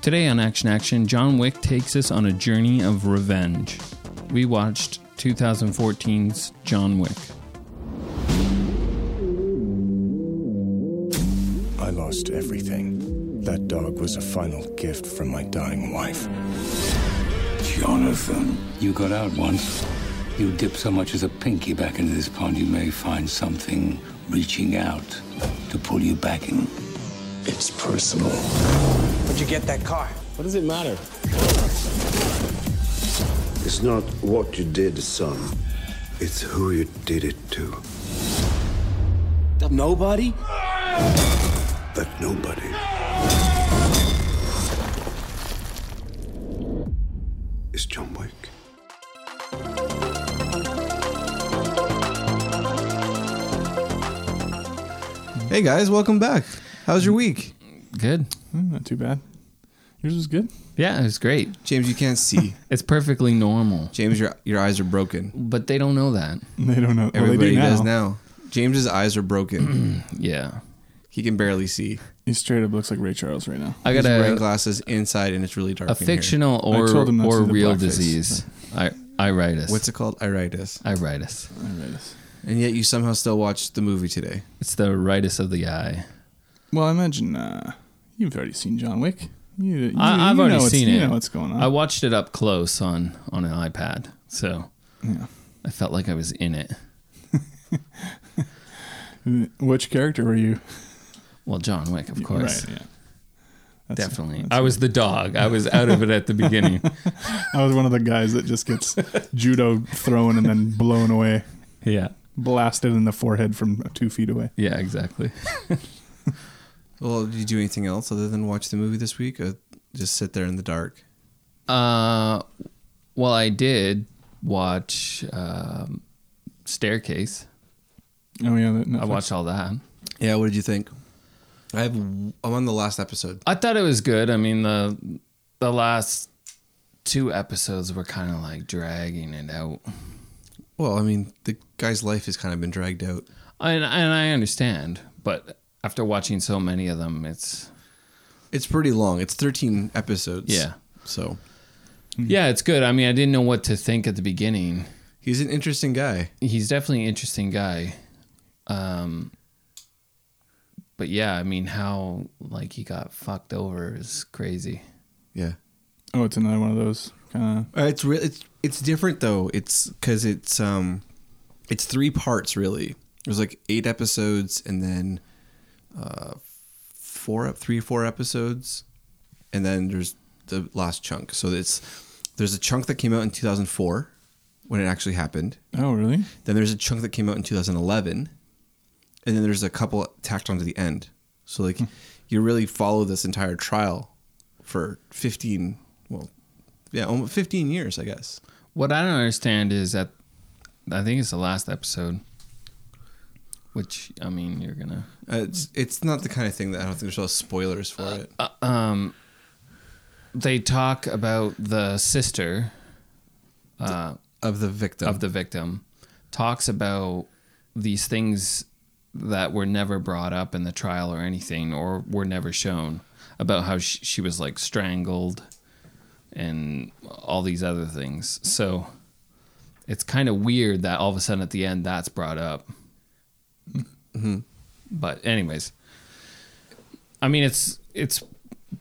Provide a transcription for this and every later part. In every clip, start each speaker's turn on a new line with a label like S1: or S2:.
S1: Today on Action Action, John Wick takes us on a journey of revenge. We watched 2014's John Wick.
S2: I lost everything. That dog was a final gift from my dying wife.
S3: Jonathan, you got out once. You dip so much as a pinky back into this pond, you may find something reaching out to pull you back in.
S2: It's personal.
S4: Where'd you get that car?
S5: What does it matter?
S6: It's not what you did, son. It's who you did it to.
S4: Nobody?
S6: That nobody is John Wick.
S7: Hey guys, welcome back. How's your week?
S1: Good.
S8: Mm, Not too bad. Yours was good.
S1: Yeah, it was great.
S7: James, you can't see.
S1: It's perfectly normal,
S7: James, your your eyes are broken.
S1: but they don't know that.
S8: They don't know. Well,
S7: Everybody
S8: they do now.
S7: does now. James's eyes are broken.
S1: Yeah.
S7: he can barely see.
S8: He straight up looks like Ray Charles right now.
S1: I got
S7: He's wearing
S1: a,
S7: glasses inside, and it's really dark.
S1: a
S7: in here.
S1: fictional or,
S8: I told him not to
S1: or
S8: do the
S1: real
S8: blackface.
S1: disease. I, iritis.
S7: What's it called? Iritis.
S1: Iritis.
S8: I read this.
S7: And yet you somehow still watched the movie today.
S1: It's the ritis of the eye.
S8: Well, I imagine uh, you've already seen John Wick. You, you,
S1: I, I've
S8: you know
S1: already
S8: what's-
S1: seen it.
S8: You know what's going on.
S1: I watched it up close on on an iPad, so I felt like I was in it.
S8: Which character were you?
S1: Well, John Wick, of course,
S8: Right, yeah.
S1: definitely. I was the dog. I was out of it at the beginning.
S8: I was one of the guys that just gets judo thrown and then blown away,
S1: yeah,
S8: blasted in the forehead from two feet away.
S1: yeah, exactly.
S7: Well, did you do anything else other than watch the movie this week, or just sit there in the dark?
S1: Uh, well, I did watch um, Staircase.
S8: Oh yeah, that
S1: I
S8: Netflix.
S1: watched all that.
S7: Yeah. What did you think? I have. I'm on the last episode.
S1: I thought it was good. I mean the the last two episodes were kind of like dragging it out.
S7: Well, I mean, the guy's life has kind of been dragged out.
S1: And, and I understand, but after watching so many of them, it's
S7: It's pretty long. It's 13 episodes.
S1: Yeah.
S7: So
S1: yeah, it's good. I mean, I didn't know what to think at the beginning.
S7: he's an interesting guy.
S1: He's definitely an interesting guy. Um, but yeah, I mean, how like he got fucked over is crazy.
S7: Yeah.
S8: Oh, it's another one of those kind of.
S7: Uh, It's real. It's it's different though. It's because it's um, it's three parts really. There's like eight episodes and then, uh, four three or four episodes, and then there's the last chunk. So it's there's a chunk that came out in 2004 when it actually happened.
S8: Oh really?
S7: Then there's a chunk that came out in 2011, and then there's a couple tacked onto the end. So
S1: Hmm.
S7: like, you really follow this entire trial for 15, well, yeah, almost 15 years, I guess.
S1: What I don't understand is that I think it's the last episode, which I mean, you're gonna
S7: Uh, it's it's not the kind of thing that I don't think there's a lot of spoilers for it.
S1: um, they talk about the sister uh,
S7: of the victim.
S1: of the victim, talks about these things that were never brought up in the trial or anything, or were never shown about how she, she was like strangled and all these other things. So it's kind of weird that all of a sudden at the end that's brought up.
S7: Mm-hmm.
S1: But anyways, I mean it's it's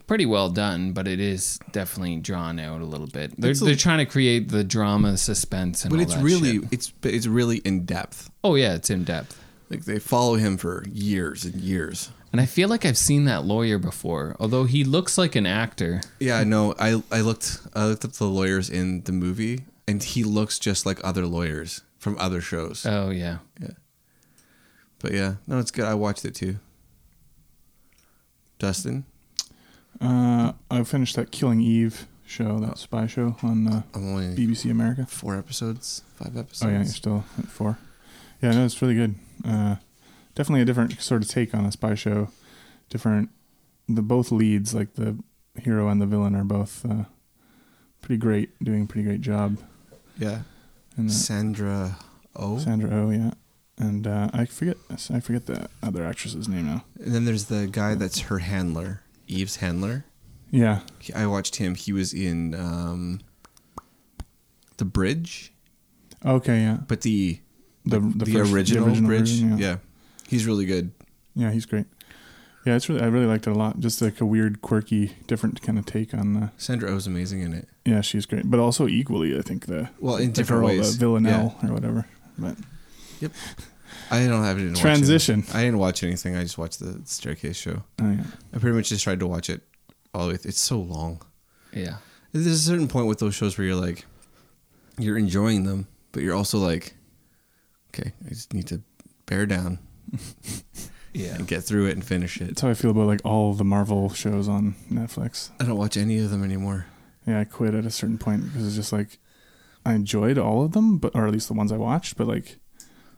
S1: pretty well done, but it is definitely drawn out a little bit. They're,
S7: It's a-
S1: they're trying to create the drama, suspense, and
S7: but
S1: all
S7: it's
S1: that
S7: really
S1: shit.
S7: it's but it's really in depth.
S1: Oh yeah, it's in depth.
S7: Like they follow him for years and years.
S1: And I feel like I've seen that lawyer before, although he looks like an actor.
S7: Yeah, no, I I looked I looked up the lawyers in the movie, and he looks just like other lawyers from other shows.
S1: Oh yeah.
S7: But yeah, no, it's good. I watched it too. Dustin,
S8: Uh, I finished that Killing Eve show,
S1: Oh.
S8: that spy show on uh,
S7: I'm only
S8: BBC America.
S7: four episodes, five episodes.
S8: Oh yeah, you're still at four. Yeah, no, it's really good. Uh, definitely a different sort of take on a spy show. Different. The both leads, like the hero and the villain, are both uh, pretty great, doing a pretty great job.
S7: yeah.
S8: And uh,
S7: Sandra Oh,
S8: Sandra Oh, yeah, and uh, I forget I forget the other actress's name now.
S7: and then there's the guy that's her handler, Eve's handler.
S8: Yeah.
S7: He- I watched him. He was in um, the bridge,
S8: Okay. Yeah.
S7: but the
S8: The
S7: the,
S8: first-
S7: original, bridge.
S8: version,
S7: yeah. he's really good.
S8: Yeah, he's great. Yeah, it's really I really liked it a lot. Just like a weird, quirky, different kind of take on the.
S7: Sandra O's amazing in it.
S8: Yeah, she's great, but also equally, I think the
S7: Well, in
S8: the
S7: different
S8: girl,
S7: ways.
S8: the Villanelle or whatever. But
S7: Yep. I don't have it in
S8: Transition.
S7: I didn't watch anything. I just watched the Staircase Show.
S8: oh, yeah.
S7: I pretty much just tried to watch it all the way. Through. It's so long.
S1: Yeah.
S7: There's a certain point with those shows where you're like, you're enjoying them, but you're also like, okay, I just need to bear down
S1: Yeah.
S7: and get through it and finish it.
S8: that's how I feel about like all the Marvel shows on Netflix.
S7: I don't watch any of them anymore.
S8: Yeah, I quit at a certain point because it's just like I enjoyed all of them, but or at least the ones I watched, but like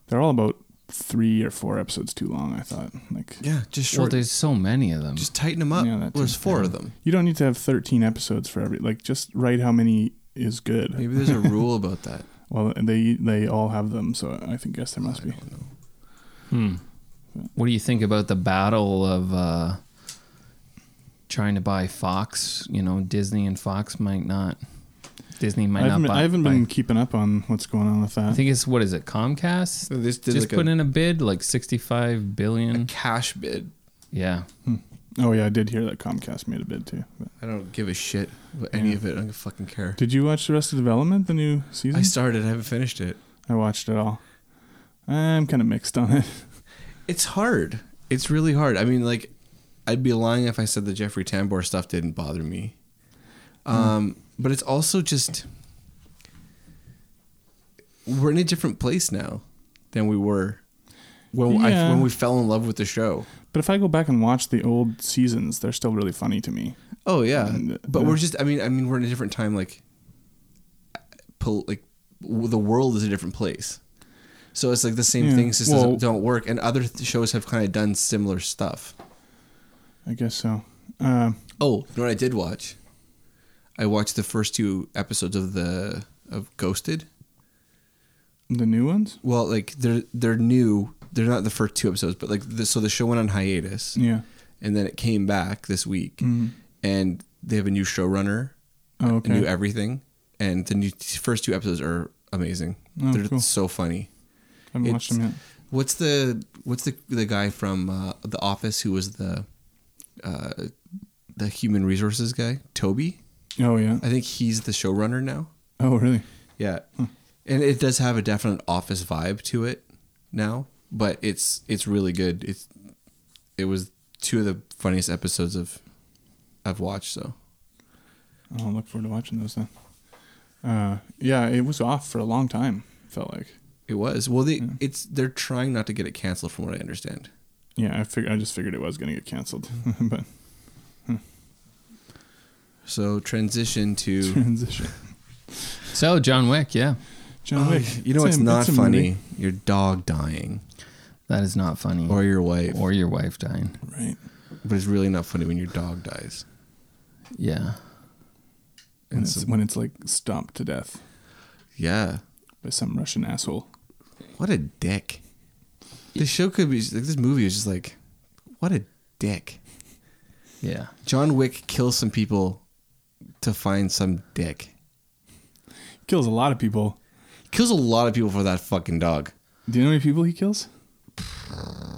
S8: they're all about three or four episodes too long. I thought like
S7: Yeah, just
S1: Well,
S7: short.
S1: there's so many of them.
S7: just tighten them up.
S8: Yeah, that
S7: Well,
S8: too.
S7: there's four of
S8: Yeah.
S7: them.
S8: you don't need to have thirteen episodes for every like just write how many is good.
S7: Maybe there's a rule about that.
S8: Well, they they all have them, so I think guess there must be.
S1: Hmm. What do you think about the battle of uh, trying to buy Fox? You know, Disney and Fox might not. Disney might
S8: I
S1: not
S8: haven't, been-
S1: buy.
S8: I haven't
S1: buy-
S8: been keeping up on what's going on with that.
S1: I think it's what is it? Comcast.
S7: So this did
S1: Just
S7: like a-
S1: put in a bid, like sixty-five billion.
S7: Cash bid.
S1: yeah.
S8: oh yeah, I did hear that Comcast made a bid too. But.
S7: I don't give a shit about any of it. I don't fucking care.
S8: Did you watch the rest of Development, the new season?
S7: I started. I haven't finished it.
S8: I watched it all. I'm kind of mixed on it.
S7: It's hard. It's really hard. I mean, like, I'd be lying if I said the Jeffrey Tambor stuff didn't bother me. Um, But it's also just we're in a different place now than we were when I,
S8: Yeah.
S7: when we fell in love with the show.
S8: But if I go back and watch the old seasons, they're still really funny to me.
S7: Oh yeah,
S8: And, uh,
S7: but we're just. I mean, I mean, we're in a different time. Like, pol- like w- the world is a different place. So it's like the same
S8: Yeah.
S7: things just
S8: Well-
S7: doesn't, don't work, and other th- shows have kind of done similar stuff.
S8: I guess so. Uh,
S7: Oh, you know what I did watch? I watched the first two episodes of the of Ghosted.
S8: the new ones?
S7: Well, like they're they're new. They're not the first two episodes, but like the, so the show went on hiatus,
S8: Yeah.
S7: and then it came back this week, and they have a new showrunner,
S8: Oh,
S7: a new
S8: okay.
S7: everything, and the new first two episodes are amazing.
S8: Oh,
S7: they're
S8: cool.
S7: so funny.
S8: I haven't watched them yet.
S7: It's- What's the what's the the guy from uh, the Office who was the uh, the human resources guy? Toby.
S8: Oh yeah.
S7: I think he's the showrunner now.
S8: Oh really?
S7: Yeah.
S8: Hmm.
S7: And it does have a definite office vibe to it now, but it's it's really good. It's it was two of the funniest episodes of I've watched, so
S8: I'll look forward to watching those then. Uh, yeah, it was off for a long time. Felt like.
S7: it was. Well they
S8: Hmm.
S7: it's they're trying not to get it canceled from what I understand.
S8: Yeah, I figured. I just figured it was going to get canceled, but
S7: So transition to
S8: transition.
S1: So John Wick. Yeah.
S8: John Wick.
S7: Oh, you know what's
S8: It's a-
S7: not
S8: it's a
S7: funny?
S8: movie.
S7: Your dog dying.
S1: That is not funny.
S7: Or your wife.
S1: or your wife dying.
S8: Right.
S7: but it's really not funny when your dog dies.
S1: Yeah.
S8: When
S7: And
S8: it's,
S7: so,
S8: when it's like stomped to death
S7: yeah.
S8: by some Russian asshole.
S7: What a dick. This show could be like this movie is just like what a dick.
S1: Yeah.
S7: John Wick kills some people to find some dick.
S8: Kills a lot of people.
S7: Kills a lot of people for that fucking dog.
S8: Do you know how many people he kills?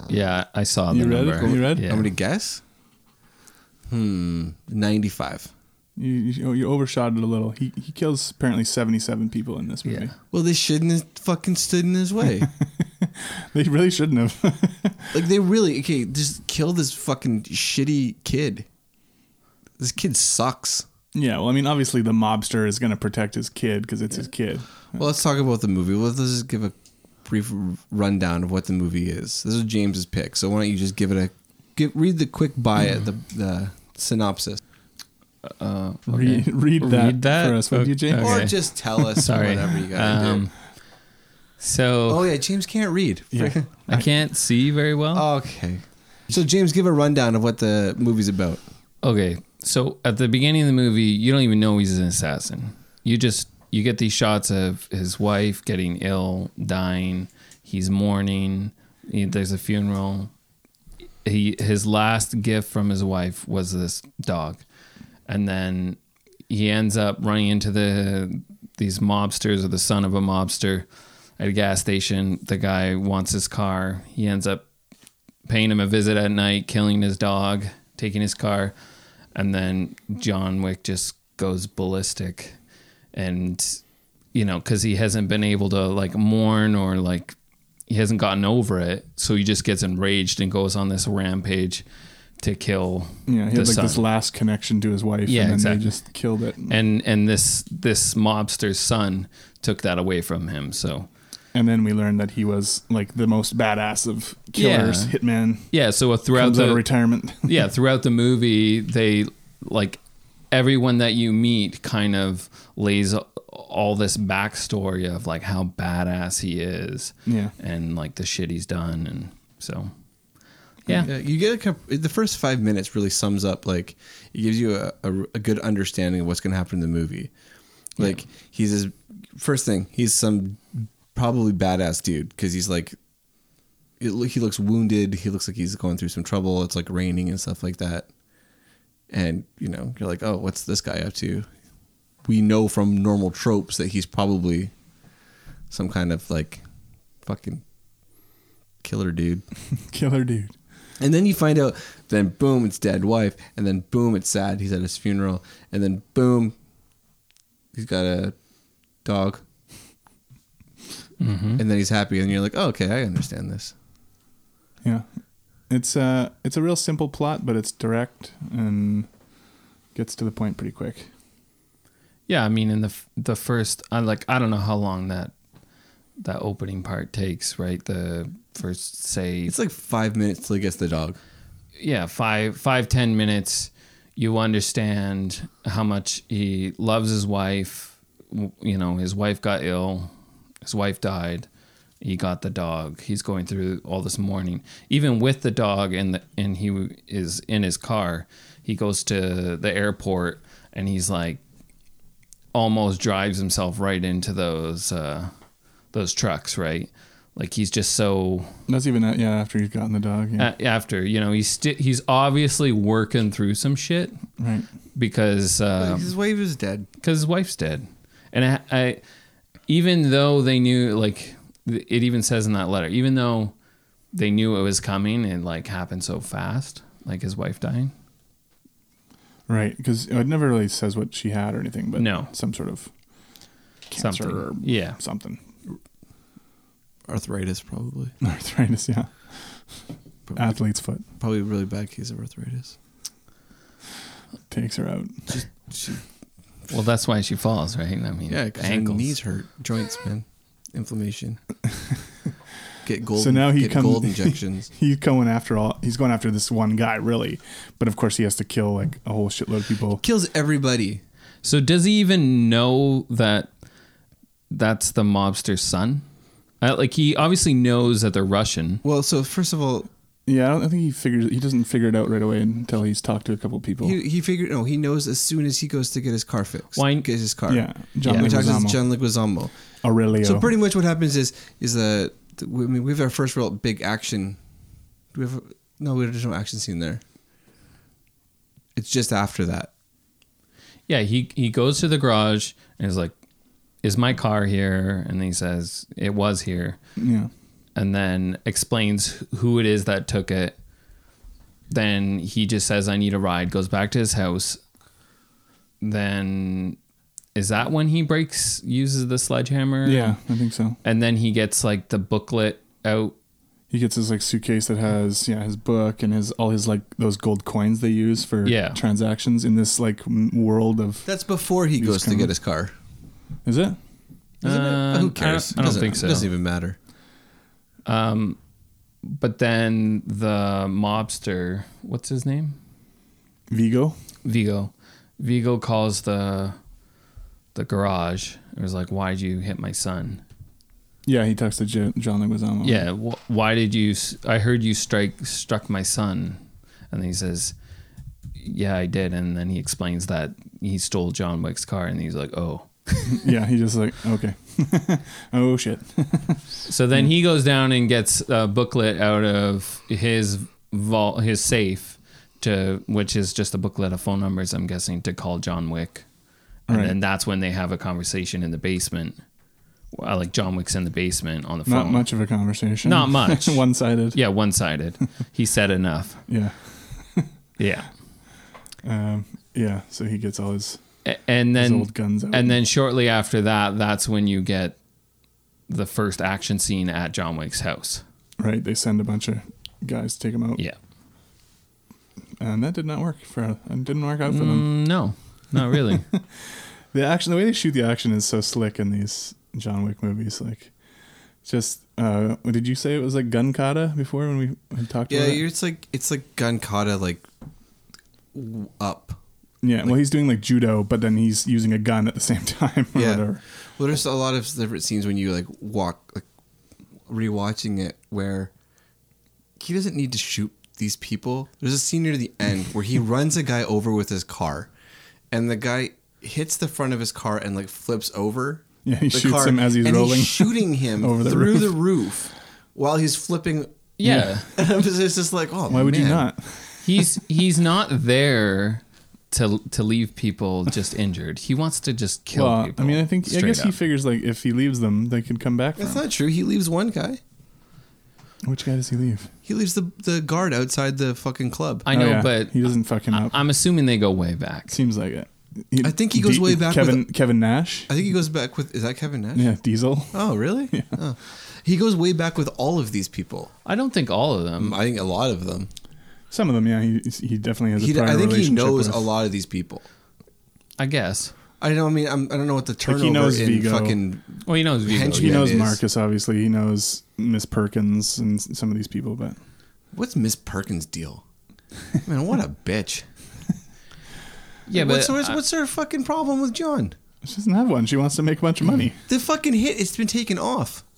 S1: Yeah. I saw the
S8: You read it?
S1: number.
S8: You read it?
S1: Yeah.
S7: I'm gonna guess. Hmm, ninety-five.
S8: You, you, you overshot it a little. He he kills apparently seventy seven people in this movie.
S1: Yeah.
S7: Well, they shouldn't have fucking stood in his way.
S8: They really shouldn't have.
S7: like they really okay. Just kill this fucking shitty kid. This kid sucks.
S8: yeah. Well, I mean, obviously the mobster is going to protect his kid because it's his kid.
S7: Well, let's talk about the movie. Let's let's just give a brief rundown of what the movie is. This is James's pick, so why don't you just give it a give, read the quick bio, the the synopsis.
S8: Read, read, that
S1: Read that?
S8: for us, would
S1: Okay.
S8: you, James?
S1: Okay.
S7: Or just tell us
S1: Sorry.
S7: whatever you gotta do.
S1: Um, So
S7: Oh yeah, James can't read.
S8: Yeah.
S1: I can't see very well.
S7: okay. So James, give a rundown of what the movie's about.
S1: Okay, so at the beginning of the movie, you don't even know he's an assassin. You just you get these shots of his wife getting ill, dying. He's mourning. He- There's a funeral. He his last gift from his wife was this dog, and then he ends up running into the these mobsters or the son of a mobster at a gas station. The guy wants his car. He ends up paying him a visit at night, killing his dog, taking his car, and then John Wick just goes ballistic, and you know because he hasn't been able to like mourn or like he hasn't gotten over it, so he just gets enraged and goes on this rampage to kill.
S8: Yeah, he had
S1: the
S8: like
S1: son.
S8: this last connection to his wife,
S1: Yeah,
S8: and then
S1: exactly.
S8: they just killed it.
S1: and and this this mobster's son took that away from him. So
S8: And then we learned that he was like the most badass of killers,
S1: Yeah.
S8: hitman.
S1: yeah, so throughout
S8: Comes out of
S1: the
S8: retirement.
S1: yeah throughout the movie, they like everyone that you meet kind of lays all this backstory of like how badass he is,
S8: Yeah.
S1: and like the shit he's done, and so yeah,
S7: Yeah, you get a couple, the first five minutes really sums up like it gives you a, a, a good understanding of what's going to happen in the movie. Like he's his first thing, he's some probably badass dude because he's like it, loo- he looks wounded. He looks like he's going through some trouble. It's like raining and stuff like that. And you know you're like, oh, what's this guy up to? We know from normal tropes that he's probably some kind of like fucking killer dude.
S8: Killer dude.
S7: And then you find out, then boom, it's dead wife. And then boom, it's sad. He's at his funeral. And then boom, he's got a dog. And then he's happy. And you're like, oh, okay, I understand this.
S8: Yeah. It's uh it's a real simple plot, but it's direct and gets to the point pretty quick.
S1: yeah. I mean, in the f- the first, I like I don't know how long that that opening part takes, right? The first say
S7: It's like five minutes till he gets the dog.
S1: yeah five five ten minutes you understand how much he loves his wife W- you know his wife got ill his wife died he got the dog he's going through all this mourning even with the dog and the, and he w- is in his car he goes to the airport and he's like almost drives himself right into those uh those trucks right like he's just so
S8: That's even uh, yeah after he's gotten the dog. Yeah.
S1: a- after you know he's sti he's obviously working through some shit
S8: right.
S1: because uh,
S7: his wife is dead.
S1: because his wife's dead and I, I even though they knew like th- it even says in that letter even though they knew it was coming it like happened so fast like his wife dying
S8: Right. Because it never really says what she had or anything, but
S1: No.
S8: some sort of cancer
S1: Something.
S8: or
S1: Yeah.
S8: something.
S7: Arthritis, probably.
S8: Arthritis, yeah.
S7: probably.
S8: Athlete's foot
S7: Probably a really bad case of arthritis.
S8: takes her out.
S7: She,
S1: well that's why she falls right i mean
S7: yeah, because her
S1: ankles
S7: knees hurt. Joints, man. Inflammation. get gold,
S8: So now he
S7: get
S8: come-
S7: gold injections.
S8: He's going after all. He's going after this one guy, really. But of course, he has to kill like a whole shitload of people.
S7: Kills everybody.
S1: so does he even know that that's the mobster's son uh, like he obviously knows that they're russian
S7: Well, so first of all,
S8: Yeah, I don't I think he figures. He doesn't figure it out right away until he's talked to a couple people.
S7: He, he figured no. He knows as soon as he goes to get his car fixed.
S1: Why-
S7: get his car?
S8: Yeah, John
S7: we talked
S8: Leguizamo.
S7: to John Leguizamo.
S8: Aurelio.
S7: So pretty much what happens is is that I mean, we have our first real big action. Do we have no? we- There's no action scene there. It's just after that.
S1: Yeah, he he goes to the garage and is like, "Is my car here?" And he says, "It was here,"
S8: yeah,
S1: and then explains who it is that took it. Then he just says, "I need a ride." Goes back to his house. Then is that when he breaks uses the sledgehammer?
S8: yeah, I think so.
S1: and then he gets like the booklet out.
S8: He gets his like suitcase that has yeah his book and his all his like those gold coins they use for
S1: Yeah.
S8: transactions in this like m- world of
S7: That's before he
S8: He's
S7: goes to
S8: coming.
S7: get his car.
S8: is it
S7: Isn't it?
S1: Uh,
S7: Who cares?
S1: I don't, I don't
S7: Doesn't-
S1: think so.
S7: Doesn't even matter.
S1: But then the mobster, what's his name?
S8: Vigo?
S1: Vigo. Vigo calls the the garage. It was like, "Why'd you hit my son?"
S8: Yeah, he talks to J- John Leguizamo.
S1: Yeah, wh- why did you? s- I heard you strike struck my son, and then he says, "Yeah, I did." And then he explains that he stole John Wick's car, and he's like, "Oh."
S8: yeah. He just like okay, oh shit.
S1: So then
S8: Hmm.
S1: he goes down and gets a booklet out of his vault, his safe, to which is just a booklet of phone numbers. I'm guessing to call John Wick, and
S8: Right.
S1: then that's when they have a conversation in the basement. Well, like John Wick's in the basement on the
S8: Not
S1: phone.
S8: much of a conversation.
S1: Not much.
S8: One sided.
S1: Yeah, one sided. he said enough.
S8: Yeah.
S1: Yeah.
S8: Um, yeah. So he gets all his.
S1: A- and then
S8: old guns out.
S1: and then shortly after that that's when you get the first action scene at john wick's house
S8: Right. They send a bunch of guys to take him out.
S1: yeah
S8: And that did not work for. It didn't work out for them.
S1: Mm, no not really
S8: The action, the way they shoot the action is so slick in these John Wick movies. Like, just uh, what did you say it was like gun kata before when we had talked
S7: Yeah,
S8: about
S7: you're,
S8: it?
S7: it's like it's like gun kata like w- up.
S8: Yeah, well, he's doing like judo, but then he's using a gun at the same time. Or
S7: Yeah.
S8: whatever.
S7: Well, there's a lot of different scenes when you like walk, like rewatching it, where he doesn't need to shoot these people. There's a scene near the end where he runs a guy over with his car, and the guy hits the front of his car and like flips over.
S8: Yeah, he
S7: the
S8: shoots him as he's
S7: and
S8: rolling
S7: shooting him
S8: over the
S7: through
S8: roof.
S7: the roof while he's flipping.
S1: yeah
S7: And I'm just- it's just like, oh,
S8: Why would you
S7: man.
S8: not?
S1: he's he's not there to to leave people just injured he wants to just kill
S8: well,
S1: people
S8: I mean, I think I
S1: straight
S8: guess he
S1: up.
S8: figures like if he leaves them, they could come back.
S7: That's
S8: From.
S7: not true. He leaves one guy.
S8: Which guy does he leave?
S7: He leaves the the guard outside the fucking club.
S1: i
S8: Oh,
S1: know
S8: yeah,
S1: but
S8: he doesn't fuck him up.
S1: i'm assuming they go way back
S8: Seems like it.
S7: I think he goes way back
S8: Kevin
S7: with-
S8: Kevin Nash.
S7: I think he goes back with is that Kevin Nash?
S8: Yeah, Diesel.
S7: Oh, really? Yeah. Oh. He goes way back with all of these people. Mm,
S1: i don't think all of them
S7: I think a lot of them.
S8: Some of them, yeah. He he definitely has a
S7: He,
S8: prior
S7: I think he
S8: relationship
S7: knows
S8: with-
S7: a lot of these people.
S1: i guess
S7: I don't I mean I'm, I don't know what the
S8: he
S7: turnover
S8: knows
S7: in
S8: Vigo.
S7: fucking.
S1: well he knows Vigo,
S7: Henchman.
S8: He
S1: yeah.
S8: knows
S7: Oh, is.
S8: Marcus, obviously. He knows Miss Perkins and s- some of these people, but
S7: What's Miss Perkins' deal? Man, what a bitch!
S1: yeah but
S7: what's, what's, what's her fucking problem with John?
S8: she doesn't have one. She wants to make a bunch of money.
S7: The fucking hit it's been taken off, Hmm.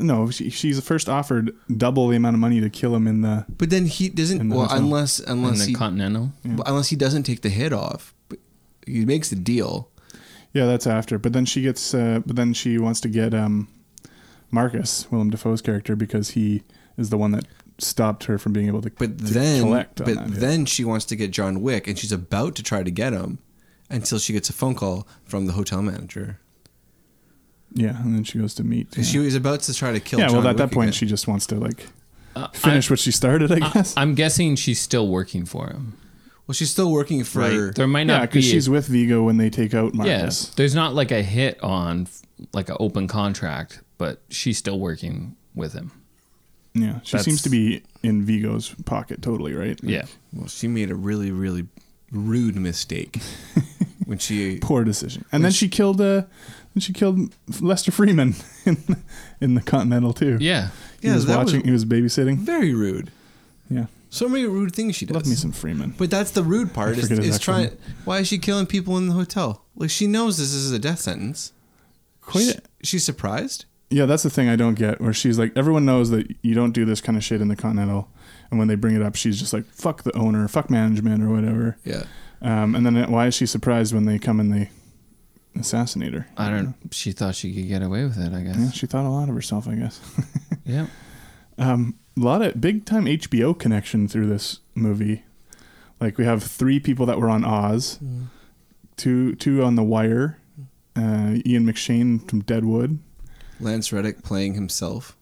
S8: No, she, she's first offered double the amount of money to kill him in the.
S7: but then he doesn't.
S8: In the
S7: Well,
S8: hotel.
S7: unless
S1: in
S7: unless
S1: the
S7: he
S1: continental
S7: unless he doesn't take the hit off, but he makes the deal.
S8: Yeah, that's after. But then she gets. Uh, but then she wants to get um, Marcus, Willem Dafoe's character, because he is the one that stopped her from being able to.
S7: But
S8: to
S7: then,
S8: collect. on
S7: but
S8: that, yeah.
S7: then she wants to get John Wick, and she's about to try to get him until she gets a phone call from the hotel manager.
S8: yeah, and then she goes to meet. Yeah,
S7: She was about to try to kill.
S8: Yeah,
S7: John
S8: well, at
S7: Wick
S8: that point,
S7: again.
S8: she just wants to like
S1: Uh,
S8: finish what she started, I guess.
S1: i'm guessing she's still working for him
S7: well, she's still working for.
S1: right there might not be
S8: yeah, because she's with Vigo when they take out Marcus.
S1: Yes, there's not like a hit on like an open contract, but she's still working with him.
S8: Yeah, she
S1: That's-
S8: seems to be in Vigo's pocket totally, right? Like,
S1: Yeah,
S7: well, she made a really, really rude mistake when she.
S8: poor decision. And then she killed uh, then she killed Lester Freeman in in the Continental too.
S1: yeah.
S8: he
S7: Yeah,
S8: was
S7: that was-
S8: watching. he was babysitting.
S7: Very rude.
S8: Yeah,
S7: So many rude things she does.
S8: love me some Freeman.
S7: But that's the rude part. Is,
S8: forget his
S7: is
S8: actual
S7: trying.
S8: name.
S7: Why is she killing people in the hotel? Like she knows this is a death sentence.
S8: Quite.
S7: She- she's surprised.
S8: yeah, that's the thing I don't get. Where she's like, everyone knows that you don't do this kind of shit in the Continental, and when they bring it up, she's just like, fuck the owner, fuck management or whatever.
S7: Yeah.
S8: Um, and then why is she surprised when they come and they assassinate her?
S1: I don't. She thought she could get away with it. I
S8: Yeah,
S1: guess.
S8: she thought a lot of herself, I guess.
S1: Yeah.
S8: a lot of big time HBO connection through this movie. Like we have three people that were on Oz,
S7: Mm.
S8: two two on The Wire, uh, Ian McShane from Deadwood.
S7: Lance Reddick playing himself.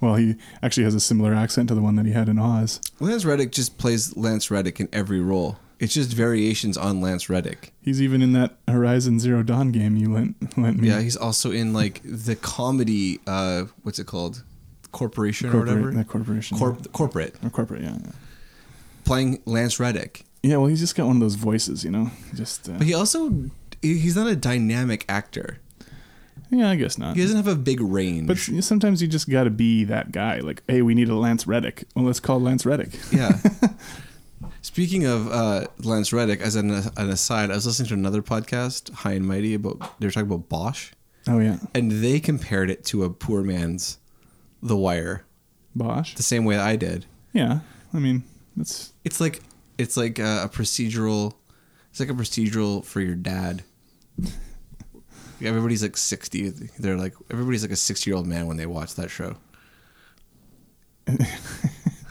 S8: Well, he actually has a similar accent to the one that he had in Oz.
S7: Lance Reddick just plays Lance Reddick in every role. It's just variations on Lance Reddick.
S8: He's even in that Horizon Zero Dawn game you lent lent me.
S7: Yeah, he's also in like the comedy. Uh, what's it called? Corporation or
S8: corporate,
S7: whatever.
S8: that corporation.
S7: Corp- Corporate
S8: yeah. Or corporate, yeah, yeah.
S7: playing Lance Reddick,
S8: Yeah, well, he's just got one of those voices, you know. Just uh,
S7: but he also he- he's not a dynamic actor.
S8: yeah, I guess not.
S7: He doesn't have a big range.
S8: But s- sometimes you just got to be that guy. Like, hey, we need a Lance Reddick. Well, let's call Lance Reddick.
S7: yeah. Speaking of uh, Lance Reddick, as an, an aside, I was listening to another podcast, High and Mighty, about they were talking about Bosch,
S8: Oh yeah,
S7: and they compared it to a poor man's The Wire,
S8: Bosch.
S7: the same way I did.
S8: Yeah, I mean that's
S7: It's like it's like a, a procedural. It's like a procedural for your dad. Everybody's like sixty. They're like everybody's like a sixty-year-old man when they watch that show.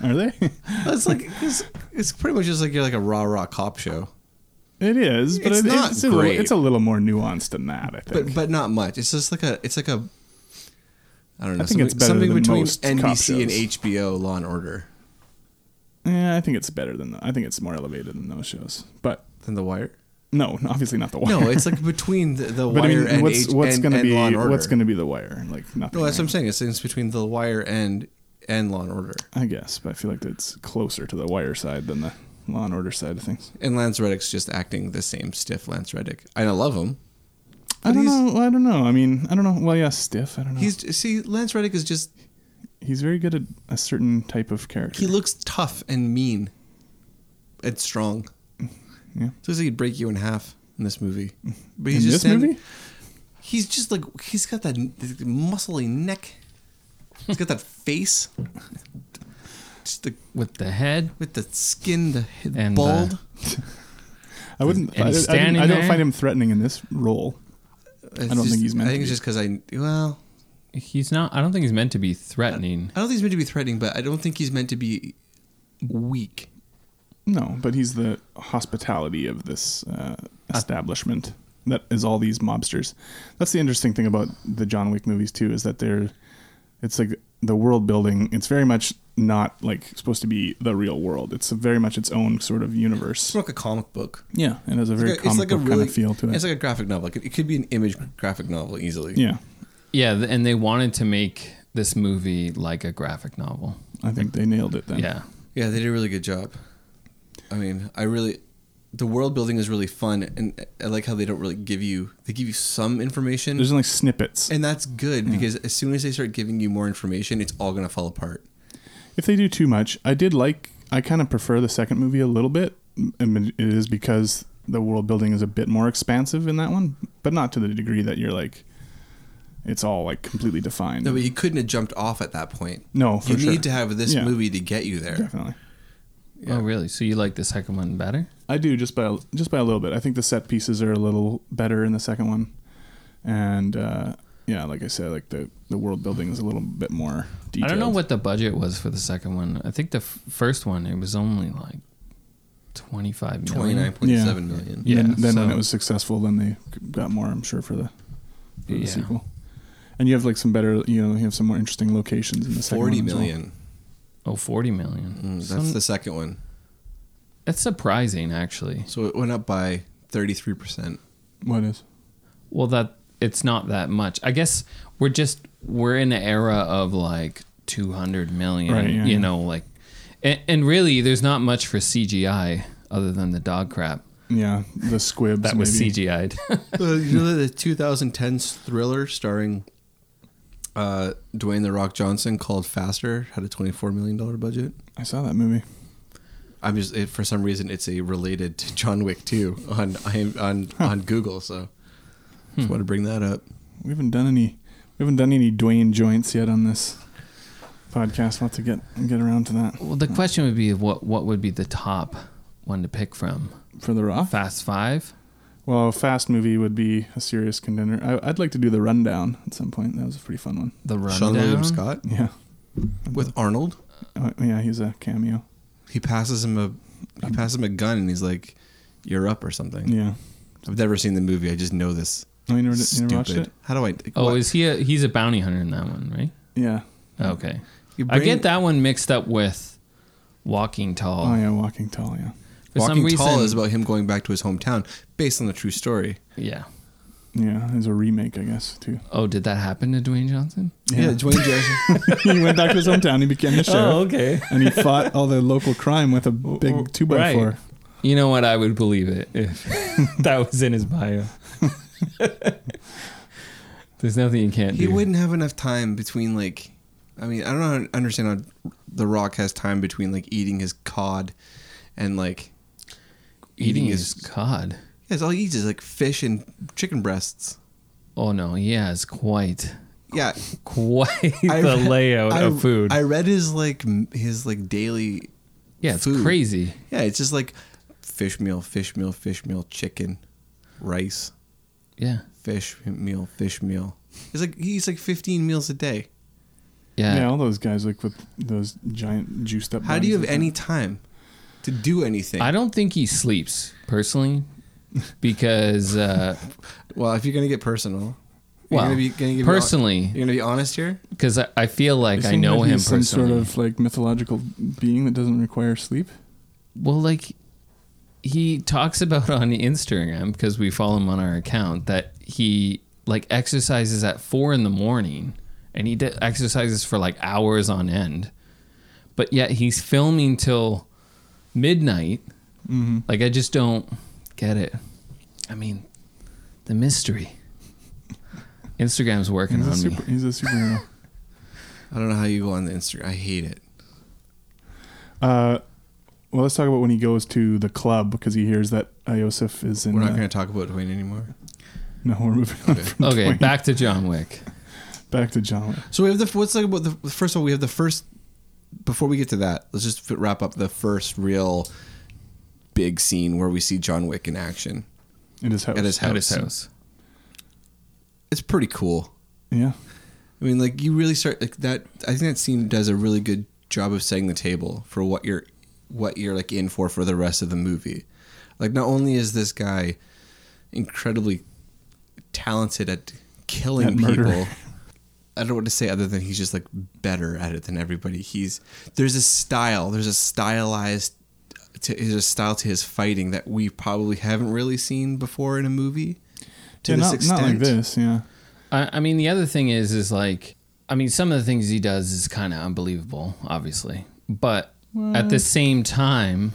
S8: Are they?
S7: It's like it's, it's pretty much just like you're like a rah rah cop show,
S8: it is, but
S7: It's
S8: it-
S7: not
S8: a little,
S7: great.
S8: it's a little more nuanced than that. I think.
S7: but but not much. It's just like a it's like a I don't know.
S8: I think it's better than
S7: between
S8: most cop
S7: NBC and
S8: shows.
S7: HBO Law and Order
S8: yeah, I think it's better than. The, I think it's more elevated than those shows. But
S7: than The Wire.
S8: no, obviously not the wire.
S7: No, it's like between the, the
S8: but
S7: Wire
S8: I mean,
S7: and,
S8: what's
S7: H-
S8: what's
S7: and,
S8: gonna
S7: and
S8: be
S7: Law and Order.
S8: what's gonna be the wire? Like nothing.
S7: No, that's what I'm
S8: right?
S7: saying. It's, it's between The Wire and and Law and Order
S8: I guess, but I feel like it's closer to the wire side than the Law and Order side of things.
S7: and Lance Reddick's just acting the same stiff Lance Reddick. And I love him.
S8: I don't
S7: he's-
S8: know. I don't know. I mean, I don't know. Well, yeah, stiff. I don't know. He's
S7: He's see Lance Reddick is just
S8: he's very good at a certain type of character.
S7: he looks tough and mean and strong.
S8: Yeah.
S7: So he'd break you in half in this movie. But
S8: in
S7: he's
S8: this
S7: just standing-
S8: movie,
S7: He's just like he's got that muscly neck. He's got that face. Just the
S1: with the head.
S7: with the skin, the head
S1: And,
S7: bald.
S1: uh,
S8: I wouldn't.
S1: and
S8: I,
S1: he's
S8: I didn't-
S1: standing
S8: I don't
S1: there.
S8: find him threatening in this role.
S7: I
S8: don't think he's meant
S7: I
S8: to
S7: think it's
S8: be.
S7: just because I well,
S1: He's not. I don't think he's meant to be threatening.
S7: I don't think he's meant to be threatening, but I don't think he's meant to be weak.
S8: No, but he's the hospitality of this uh, establishment. That is all these mobsters. That's the interesting thing about the John Wick movies too, is that they're, it's like the world building. It's very much not like supposed to be the real world. It's very much its own sort of universe.
S7: It's like a comic book.
S8: Yeah, it has a very
S7: It's
S8: comic
S7: like a
S8: book
S7: really
S8: kind of feel to it.
S7: It's like a graphic novel. It could- It could be an image graphic novel easily.
S8: yeah,
S1: Yeah, th- and they wanted to make this movie like a graphic novel.
S8: I think they nailed it then.
S1: Yeah,
S7: Yeah, they did a really good job. I mean, I really the world building is really fun and I like how they don't really give you they give you some information
S8: there's only snippets.
S7: and that's good because as soon as they start giving you more information, it's all going to fall apart.
S8: if they do too much i did like i kind of prefer the second movie a little bit I mean, it is because the world building is a bit more expansive in that one but not to the degree that you're like it's all like completely defined
S7: No, but you couldn't have jumped off at that point.
S8: No, for
S7: you
S8: sure.
S7: need to have this
S8: Yeah.
S7: movie to get you there.
S8: definitely
S1: Oh, really? So you like the second one better?
S8: i do just by a- just by a little bit i think the set pieces are a little better in the second one and uh yeah like i said like the the world building is a little bit more
S1: I
S8: detailed
S1: don't know what the budget was for the second one. I think the f- first one it was only like twenty five million.
S7: Twenty nine point seven
S1: Yeah.
S7: million.
S1: Yeah,
S8: then, then when
S1: so-
S8: it was successful, then they got more. I'm sure for the for the
S1: Yeah.
S8: sequel. And you have like some better, you know, you have some more interesting locations in the second
S7: Forty
S8: one as well.
S7: million.
S1: Oh, 40 million.
S7: Mm,
S1: So
S7: that's the second one.
S1: that's surprising, actually.
S7: So it went up by thirty three percent.
S8: What is?
S1: Well, that it's not that much. I guess we're just we're in an era of like 200 million.
S8: Right, yeah,
S1: you
S8: yeah.
S1: know, like, and, and really, there's not much for CGI other than the dog crap
S8: Yeah, the squibs.
S1: that was
S8: maybe.
S1: CGI'd.
S7: you know the 2010 thriller starring uh, Dwayne the Rock Johnson called Faster had a 24 million dollar budget.
S8: I saw that movie.
S7: I'm just it, for some reason it's a related to John Wick 2 on I on on Google. So just want to bring that up.
S8: We haven't done any. We haven't done any Dwayne joints yet on this podcast. We'll have to get get around to that
S1: well, the question would be what what would be the top one to pick from?
S8: for the Raw.
S1: Fast Five.
S8: Well, a fast movie would be a serious contender. I, I'd like to do the rundown at some point. That was a pretty fun one.
S1: The
S7: Sean William
S1: rundown.
S7: Scott
S8: Yeah,
S7: with Arnold.
S8: Uh, yeah, he's a cameo.
S7: He passes him a he passes him a gun and he's like, "You're up" or something.
S8: Yeah,
S7: I've never seen the movie. I just know this.
S8: oh, you never, you
S7: Stupid.
S8: never watched it?
S7: How do I?
S1: Oh,
S7: what?
S1: is he a he's a bounty hunter in that one, right?
S8: Yeah.
S1: Okay.
S7: You
S1: I
S7: bring-
S1: get that one mixed up with Walking Tall.
S8: Oh yeah, Walking Tall. Yeah.
S1: For
S7: Walking
S1: some reason,
S7: Tall is about him going back to his hometown based on the true story.
S1: yeah.
S8: Yeah, there's a remake, I guess, too.
S1: Oh, did that happen to Dwayne Johnson?
S7: Yeah, Dwayne Johnson.
S8: he went back to his hometown. He became the sheriff,
S1: okay.
S8: and he fought all the local crime with a
S1: Oh,
S8: big two by
S1: right.
S8: four.
S1: You know what? I would believe it if that was in his bio. There's nothing you can't
S7: he
S1: do.
S7: wouldn't have enough time between like, I mean, I don't know- understand how The Rock has time between like eating his cod, and like
S1: Eating his cod.
S7: yeah, it's all he eats is like fish and chicken breasts.
S1: Oh no, he has quite,
S7: Yeah,
S1: quite the
S7: re-
S1: layout
S7: I-
S1: of food.
S7: I read his like m- his like daily.
S1: yeah, it's
S7: food.
S1: crazy.
S7: Yeah, it's just like fish meal, fish meal, fish meal, chicken, rice,
S1: Yeah,
S7: fish meal, fish meal. It's like he's like 15 meals a day.
S1: Yeah.
S8: Yeah, all those guys like with those giant juiced up.
S7: How do you have
S8: bodies.
S7: any time to do anything?
S1: I don't think he sleeps personally because uh,
S7: well, if you're gonna get personal,
S1: Well,
S7: you're gonna be, gonna give
S1: personally.
S7: you're gonna be honest here.
S1: because I, I feel like I
S8: Isn't
S1: know
S8: that
S1: him
S8: he's some
S1: personally.
S8: sort of like mythological being that doesn't require sleep.
S1: Well, like he talks about on Instagram because we follow him on our account that he like exercises at four in the morning and he de- exercises for like hours on end, but yet he's filming till midnight.
S8: Mm-hmm.
S1: Like I just don't get it. I mean, the mystery. Instagram's working
S8: He's a,
S1: on me.
S8: super, he's a superhero.
S7: I don't know how you go on the Instagram. I hate it.
S8: uh, well, let's talk about when he goes to the club because he hears that Iosif is in.
S7: We're not
S8: uh,
S7: gonna talk about Dwayne anymore.
S8: No, we're moving on. From
S1: Okay,
S8: Dwayne.
S1: back to John Wick.
S8: back to John. Wick.
S7: So we have the what's like about the first of all we have the first before we get to that let's just fi- wrap up the first real big scene where we see John Wick in action
S8: At his house.
S7: at his house.
S1: At his house.
S7: It's pretty cool.
S8: Yeah.
S7: I mean, like you really start like that. I think that scene does a really good job of setting the table for what you're, what you're like in for for the rest of the movie. Like, not only is this guy incredibly talented at killing
S8: At murder.
S7: people, I don't know what to say other than he's just like better at it than everybody. He's there's a style, there's a stylized, to, there's a style to his fighting that we probably haven't really seen before in a movie. To
S8: yeah
S7: this
S8: not,
S7: extent,
S8: not like this. Yeah.
S1: I, I mean, the other thing is, is like, I mean, some of the things he does is kind of unbelievable, obviously, but at the same time,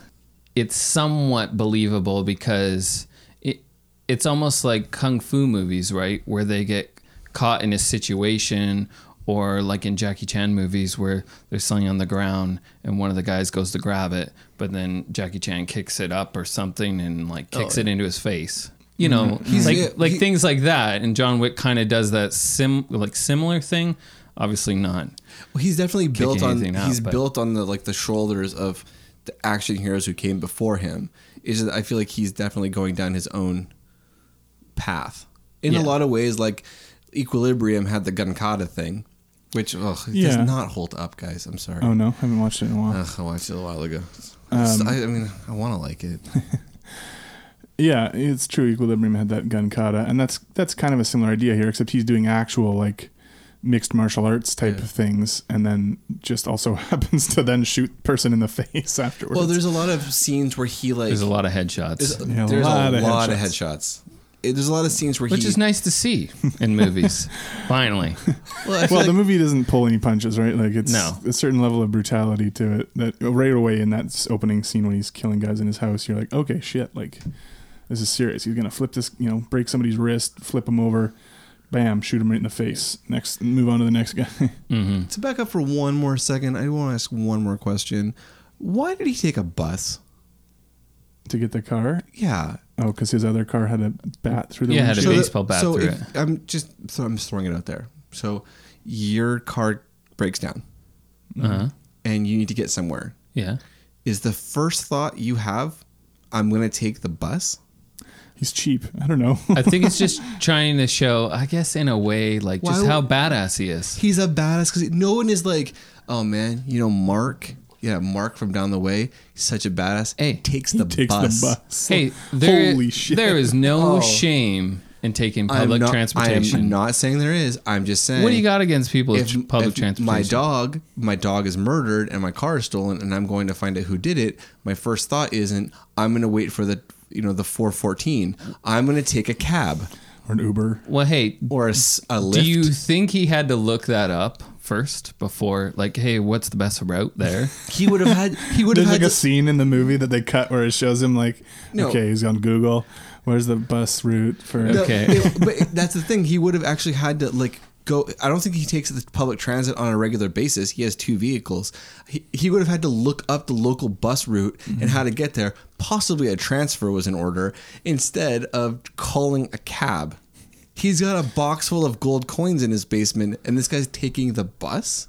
S1: it's somewhat believable because it it's almost like kung fu movies, right, where they get caught in a situation. Or like in Jackie Chan movies where they're sitting on the ground and one of the guys goes to grab it, but then Jackie Chan kicks it up or something and like kicks it into his face. You know, like
S7: yeah,
S1: like
S7: he-
S1: things like that. And John Wick kind of does that sim like similar thing. Obviously not.
S7: Well, he's definitely built on
S1: anything out,
S7: he's
S1: but-
S7: built on the like the shoulders of the action heroes who came before him. Is that I feel like he's definitely going down his own path in a
S1: Yeah.
S7: lot of ways. Like Equilibrium had the Gunkata thing, which ugh, it
S8: Yeah.
S7: does not hold up, guys. I'm sorry.
S8: Oh no, Um, haven't watched it in a while.
S7: Ugh, I watched it a while ago. It's- I, I mean, I want to like it.
S8: Yeah, it's true. Equilibrium had that gun kata, and that's that's kind of a similar idea here, except he's doing actual like mixed martial arts type of things, and then just also happens to then shoot the person in the face afterwards.
S7: Well, there's a lot of scenes where he like
S1: There's a lot of
S7: there's,
S1: headshots,
S8: Yeah, a
S7: there's
S8: lot of
S7: of
S8: headshots.
S7: headshots. It- There's a lot of scenes where
S1: which
S7: he
S1: is nice to see in movies. Finally,
S7: well, I feel
S8: well,
S7: like-
S8: the movie doesn't pull any punches, right? Like it's
S1: No.
S8: a certain level of brutality to it that right away in that s- opening scene when he's killing guys in his house, you're like, okay, shit, like this is serious. He's gonna flip this, you know, break somebody's wrist, flip him over, bam, shoot him right in the face. Next, move on to the next guy.
S7: To back up for one more second, I want to ask one more question. Why did he take a bus?
S8: to get the car.
S7: Yeah,
S8: Oh, because his other car had a bat through the
S1: Yeah, it had a
S8: windshield?
S1: big- baseball bat
S7: So
S1: through
S7: if, I'm just so I'm just throwing it out there. So your car breaks down
S1: uh-huh.
S7: and you need to get somewhere.
S1: yeah.
S7: Is the first thought you have, I'm going to take the bus?
S8: He's cheap. I don't know.
S1: I think it's just trying to show, I guess, in a way, like just
S7: Why
S1: how
S7: would-
S1: badass he is.
S7: He's a badass because no one is like, oh man, you know Mark. Yeah, Mark from down the way, he's such a badass.
S1: Hey.
S7: takes
S8: he
S7: the
S8: takes
S7: bus.
S8: the bus.
S1: Hey, there,
S8: Holy shit.
S1: there is no
S7: Oh.
S1: shame in taking
S7: I'm
S1: public
S7: not- I am
S1: transportation.
S7: not saying there is. I'm just saying.
S1: what do you got against people with
S7: if-
S1: tr- public
S7: if
S1: transportation?
S7: My dog, my dog is murdered and my car is stolen, and I'm going to find out who did it. My first thought isn't I'm going to wait for the you know the 414. I'm going to take a cab
S8: Or an Uber.
S1: Well, hey,
S7: or a, s- a Lyft.
S1: Do you think he had to look that up first before, like, hey, what's the best route there?
S7: he would have had. He would have
S8: There's
S7: had.
S8: like a
S7: to-
S8: scene in the movie that they cut where it shows him like,
S7: No.
S8: okay, he's on Google. Where's the bus route for?
S7: no,
S1: okay.
S7: it- but that's the thing. He would have actually had to like go. I don't think he takes the public transit on a regular basis. He has two vehicles. He, he would have had to look up the local bus route
S1: Mm-hmm.
S7: and how to get there. Possibly a transfer was in order instead of calling a cab. He's got a box full of gold coins in his basement, and this guy's taking the bus.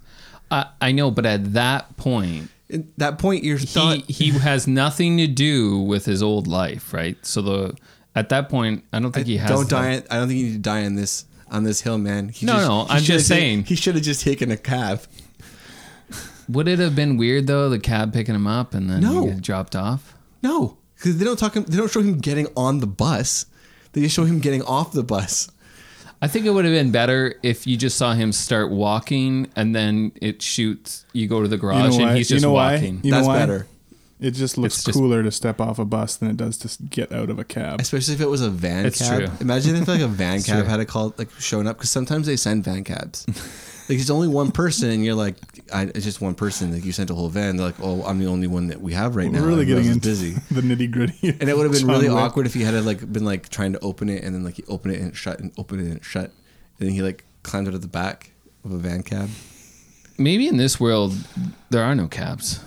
S1: I, I know, but at that point,
S7: At that point, your thought.
S1: he he has nothing to do with his old life, right? So the at that point, I don't think he has.
S7: don't
S1: the-
S7: die. I don't think you need to die on this on this hill, man. He
S1: No, no,
S7: he
S1: I'm
S7: should have
S1: just
S7: ta-
S1: saying.
S7: he should have just taken a cab.
S1: Would it have been weird though, the cab picking him up and then
S7: No.
S1: he get dropped off?
S7: No, because they don't talk. They don't show him getting on the bus. They just show him getting off the bus.
S1: I think it would have been better if you just saw him start walking and then it shoots. You go to the garage and
S8: why-
S1: he's just
S8: you know
S1: walking.
S8: Why? You know
S7: That's
S8: why?
S7: better.
S8: It just looks
S1: It's just-
S8: cooler to step off a bus than it does to s- get out of a cab.
S7: Especially if it was a van
S1: It's
S7: cab.
S1: true.
S7: Imagine if like a van cab
S1: true.
S7: had a call like showing up because sometimes they send van cabs. like it's only one person and you're like, I, it's just one person. Like you sent a whole van. They're like, oh, I'm the only one that we have right
S8: We're
S7: now.
S8: really getting
S7: Everyone
S8: into
S7: else is busy.
S8: the nitty gritty.
S7: And it would have been really awkward if he had like been like trying to open it and then like he opened it and it shut and opened it and it shut and then he like climbed out of the back of a van cab.
S1: Maybe in this world there are no cabs.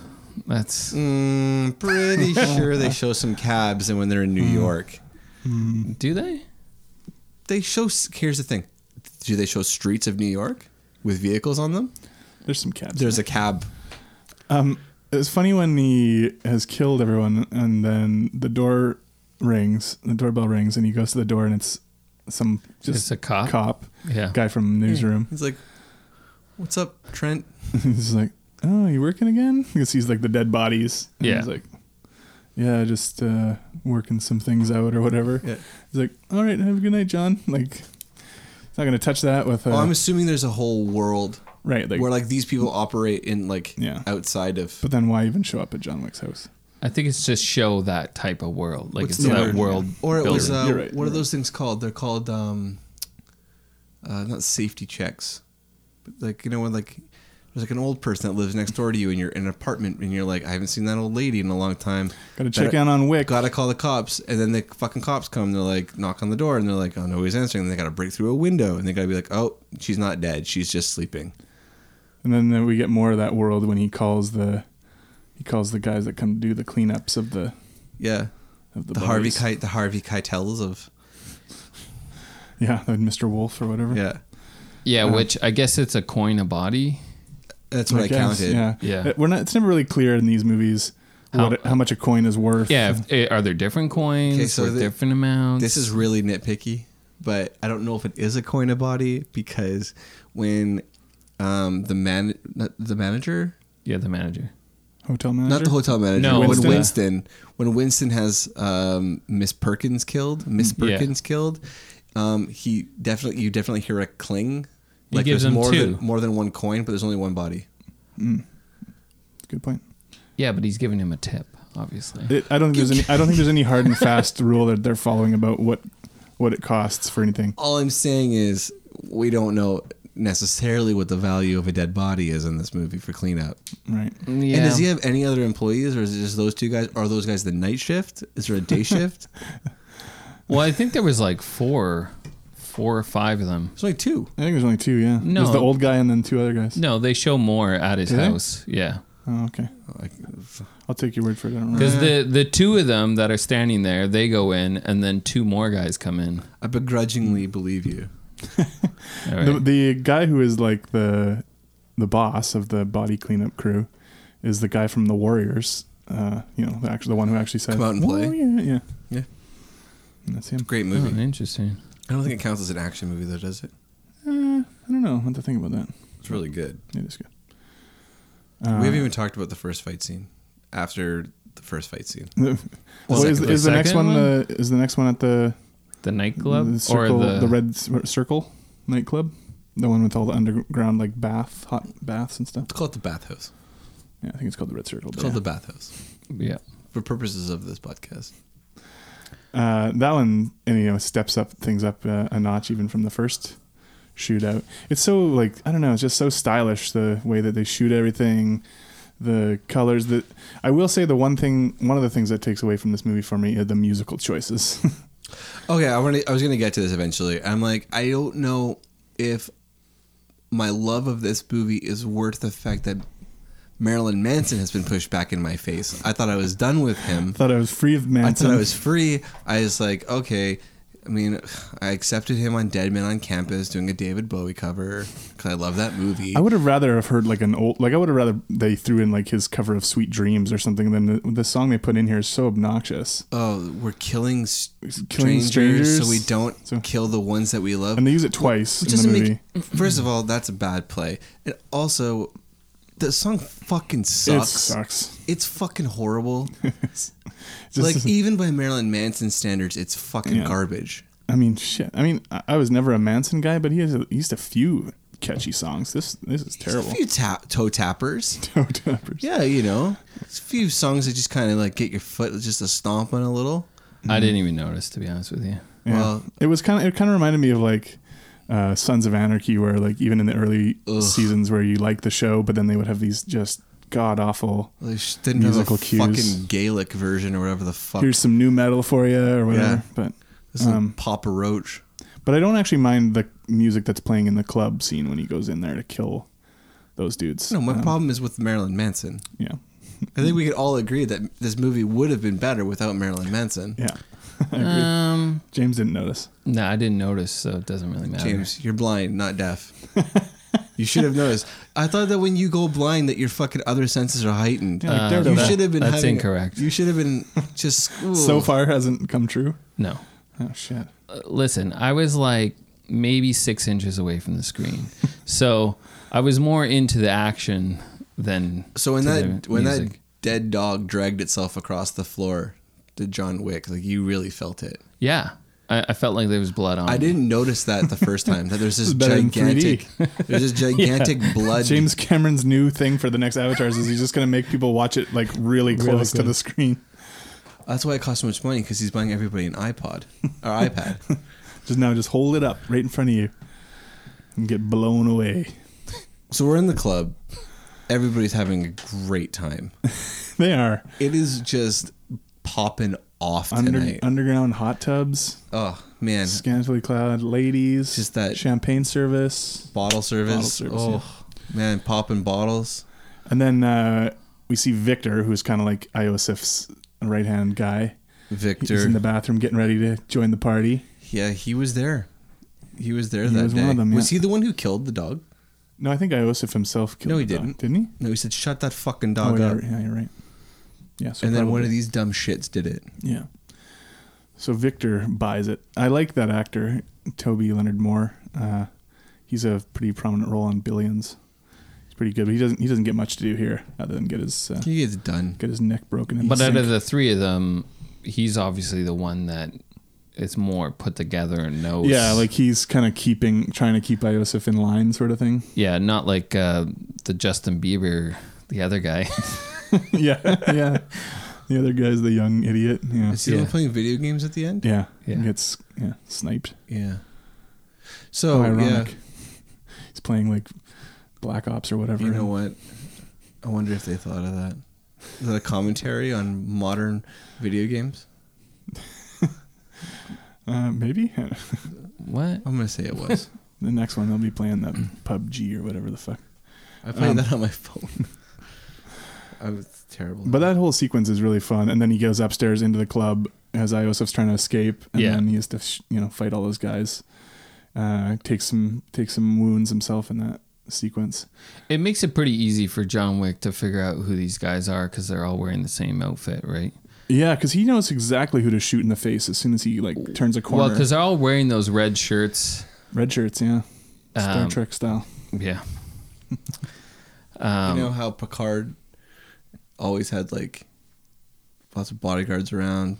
S1: That's
S7: Mm, pretty sure they show some cabs, and when they're in
S8: Mm.
S7: New York,
S1: do they?
S7: they show. s- Here's the thing: Do they show streets of New York with vehicles on them?
S8: There's some cabs.
S7: There's a cab.
S8: It's funny when he has killed everyone, and then the door rings, the doorbell rings, and he goes to the door, and it's some
S1: It's
S8: just
S1: a cop? Oh. Yeah.
S8: guy from newsroom.
S7: He's like, "What's up, Trent?"
S8: he's just like, "Oh, you working again?" He sees like the dead bodies. And
S1: Yeah.
S8: he's like, "Yeah, just uh, working some things out or whatever."
S7: Yeah.
S8: He's like, "All right, have a good night, John." Like, he's not gonna touch that with. Uh,
S7: Oh, I'm assuming there's a whole world
S8: right, like,
S7: where like these people operate in like
S8: Yeah.
S7: outside of.
S8: but then why even show up at John Wick's house?
S1: I think it's just show that type of world. Like
S7: What's
S1: it's
S7: the
S1: that
S7: word?
S1: world.
S7: Or it was
S1: building.
S7: uh,
S8: You're right,
S7: what are
S8: you're
S7: those things called? They're called um, uh, not safety checks, but like you know when like there's like an old person that lives next door to you and you're in an apartment and you're like I haven't seen that old lady in a long time.
S8: Gotta check in on Wick.
S7: Gotta call the cops, and then the fucking cops come. And they're like knock on the door and they're like oh no he's answering. And they gotta break through a window and they gotta be like oh she's not dead she's just sleeping.
S8: And then, then we get more of that world when he calls the he calls the guys that come do the cleanups of the
S7: Yeah,
S8: of the,
S7: the Harvey
S8: bodies.
S7: Kite the Harvey Keitels of
S8: Yeah, the Mr. Wolf or whatever.
S7: yeah.
S1: yeah,
S7: Uh-huh.
S1: which I guess it's a coin a body.
S7: That's what I,
S8: guess,
S7: counted.
S8: Yeah,
S1: Yeah.
S8: Uh, We're not. It's never really clear in these movies
S1: How-
S8: how, what, how much a coin is worth.
S1: Yeah, if, eh, are there different coins?
S7: Okay, so
S1: with
S7: the-
S1: different amounts.
S7: This is really nitpicky, but I don't know if it is a coin a body because when um, the man not the manager,
S1: yeah, the manager.
S8: hotel manager.
S7: not the hotel manager,
S1: No,
S7: when
S8: Winston.
S7: Winston when Winston has um, Miss Perkins killed, Miss
S1: Yeah.
S7: Perkins killed, um, he definitely you definitely hear a cling.
S1: He gives
S7: there's
S1: him
S7: more
S1: two.
S7: than more than one coin, but there's only one body.
S8: Good point.
S1: Yeah, but he's giving him a tip, obviously.
S8: It, I don't think there's any. I don't think there's any hard and fast rule that they're following about what what it costs for anything.
S7: All I'm saying is we don't know necessarily what the value of a dead body is in this movie for cleanup.
S8: Right.
S1: yeah.
S7: And does he have any other employees, or is it just those two guys? Are those guys the night shift? Is there a day shift?
S1: well, I think there was like four, four or five of them.
S7: There's only two.
S8: I think there's only two. Yeah.
S1: No.
S8: There's the old guy and then two other guys.
S1: No, they show more at his
S8: Do they?
S1: house. Yeah.
S8: Oh, okay.
S7: Like,
S8: I'll take your word for it. I don't remember.
S1: Because
S7: Uh-huh.
S1: the the two of them that are standing there, they go in, and then two more guys come in.
S7: I begrudgingly believe you.
S1: All right.
S8: The, the guy who is like the the boss of the body cleanup crew is the guy from the Warriors. Uh, you know, the actually the one who actually says
S7: Come out and play.
S8: "Warrior," Yeah.
S7: Yeah.
S8: And that's him.
S7: Great
S1: Oh,
S7: movie.
S1: interesting.
S7: I don't think it counts as an action movie, though, does it?
S8: Uh, I don't know what to think about that.
S7: It's really good.
S8: It is good. Uh,
S7: we haven't even talked about the first fight scene. After the first fight scene,
S8: The, well, is,
S1: second-
S8: is the next
S1: second
S8: one,
S1: one?
S8: the is the next one at the,
S1: The nightclub
S8: the circle
S1: or
S8: the, red c- circle nightclub, the one with all the underground like bath hot baths and stuff.
S7: let's call it the bathhouse.
S8: Yeah, I think it's called the red circle.
S7: It's
S8: but
S7: called
S8: yeah.
S7: the bathhouse
S1: Yeah.
S7: for purposes of this podcast.
S8: uh, that one and, you know steps up things up uh, a notch even from the first shootout. It's so like I don't know, it's just so stylish the way that they shoot everything, the colors. That I will say the one thing, one of the things that takes away from this movie for me are the musical choices.
S7: Okay, I want to. I was gonna get to this eventually. I'm like, I don't know if my love of this movie is worth the fact that Marilyn Manson has been pushed back in my face. I thought I was done with him.
S8: thought I was free of
S7: I
S8: Manson.
S7: thought I was free. I was like, okay. I mean, I accepted him on Dead Men on Campus doing a David Bowie cover because I love that movie.
S8: I would have rather have heard like an old like I would have rather they threw in like his cover of Sweet Dreams or something than the, the song they put in here is so obnoxious.
S7: oh, we're killing, s-
S8: Killing
S7: strangers, so
S8: strangers.
S7: we don't
S8: So-
S7: kill the ones that we love.
S8: And they use it twice
S7: Which
S8: in the
S7: doesn't
S8: movie.
S7: make. First of all, that's a bad play, and also, the song fucking
S8: It
S7: sucks.
S8: sucks.
S7: It's fucking horrible.
S8: It's just,
S7: like even by Marilyn Manson standards, it's fucking
S8: Yeah.
S7: garbage.
S8: I mean, shit. I mean, I, I was never a Manson guy, but he has at least a few catchy songs. This this
S7: There's
S8: is terrible.
S7: A few ta- toe tappers.
S8: Toe tappers.
S7: Yeah, you know, it's a few songs that just kind of like get your foot just a stomp on a little.
S1: I didn't even notice, to be honest with you.
S8: Yeah.
S7: Well-
S8: it was kind of it kind of reminded me of like uh, Sons of Anarchy, where like even in the early seasons where you liked the show, but then they would have these just god awful.
S7: They sh- didn't
S8: Musical
S7: have a
S8: cues.
S7: fucking Gaelic version or whatever the fuck.
S8: Here's some new metal for you or whatever.
S7: This
S8: But
S7: is
S8: um,
S7: Papa Roach.
S8: but I don't actually mind the music that's playing in the club scene when he goes in there to kill those dudes.
S7: No, my
S8: Um,
S7: problem is with Marilyn Manson.
S8: Yeah,
S7: I think we could all agree that this movie would have been better without Marilyn Manson.
S8: yeah. I agree.
S7: Uh,
S1: Um,
S8: James didn't notice.
S1: no, I didn't notice, so it doesn't really matter.
S7: James, you're blind, not deaf. you should have noticed. I thought that when you go blind, that your fucking other senses are heightened.
S8: Yeah, like
S1: Uh,
S8: Daredevil.
S7: you
S1: that-
S7: should have been.
S1: that's
S7: having-
S1: incorrect.
S7: You should have been just
S8: so
S7: ooh.
S8: far hasn't come true.
S1: No.
S8: Oh shit.
S1: Uh, Listen, I was like maybe six inches away from the screen, so I was more into the action than
S7: So when
S1: to
S7: that
S1: the
S7: when that
S1: music.
S7: dead dog dragged itself across the floor to John Wick, like you really felt it.
S1: yeah, I, I felt like there was blood on.
S7: I
S1: it.
S7: didn't notice that the first time. That there's this
S8: better than 3D.
S7: gigantic, there's this gigantic blood.
S8: James Cameron's new thing for the next avatars is he's just going to make people watch it like really close to
S1: good.
S8: the screen.
S7: That's why it costs so much money because he's buying everybody an iPod or iPad.
S8: Just now, just hold it up right in front of you and get blown away.
S7: so we're in the club. Everybody's having a great time.
S8: They are
S7: It is just popping off
S8: under,
S7: tonight.
S8: underground hot tubs,
S7: oh man,
S8: scantily clad ladies,
S7: Just that-
S8: champagne service,
S7: bottle service.
S8: Bottle service,
S7: oh man, popping bottles.
S8: and then uh, we see Victor, who's kind of like Iosif's right hand guy.
S7: Victor,
S8: He's in the bathroom getting ready to join the party.
S7: Yeah, he was there. He was there
S8: He
S7: that
S8: was
S7: day.
S8: one of them,
S7: Was
S8: yeah.
S7: he the one who killed the dog?
S8: No, I think Iosif himself killed.
S7: No, he
S8: the dog,
S7: didn't.
S8: didn't he?
S7: No, he said, "Shut that fucking dog
S8: oh, yeah,
S7: up."
S8: right- yeah, you're right. Yeah. So
S7: and then one
S8: probably-
S7: of these dumb shits did it.
S8: Yeah. So Victor buys it. I like that actor, Toby Leonard Moore. Uh, he's a pretty prominent role on Billions. He's pretty good, but he doesn't he doesn't get much to do here other than get his uh,
S7: He gets done.
S8: get his neck broken. In
S1: But
S8: the
S1: out
S8: sink.
S1: of the three of them, he's obviously the one that is more put together and knows.
S8: yeah, like he's kind of keeping trying to keep Iosif in line, sort of thing.
S1: yeah, not like uh, the Justin Bieber, the other guy.
S8: yeah, yeah. The other guy's the young idiot. Yeah,
S7: Is he the one playing video games at the end?
S8: yeah.
S1: Yeah.
S8: He gets yeah sniped.
S7: Yeah. So Oh, yeah,
S8: ironic. He's playing like Black Ops or whatever.
S7: you know what? I wonder if they thought of that. Is that a commentary on modern video games?
S8: Uh, maybe
S1: what?
S7: I'm gonna say it was.
S8: the next one they'll be playing that PUBG or whatever the fuck.
S7: I played
S8: Um,
S7: that on my phone. I was terrible.
S8: But that whole sequence is really fun. And then he goes upstairs into the club as Iosif's trying to escape, and
S1: Yeah.
S8: then he has to sh- you know fight all those guys. Uh, takes some takes some wounds himself in that sequence.
S1: It makes it pretty easy for John Wick to figure out who these guys are because they're all wearing the same outfit, right?
S8: Yeah, because he knows exactly who to shoot in the face as soon as he like turns a
S1: Well,
S8: corner.
S1: because they're all wearing those red shirts.
S8: red shirts, yeah, Star
S1: Um,
S8: Trek style.
S1: Yeah.
S7: you know how Picard always had like lots of bodyguards around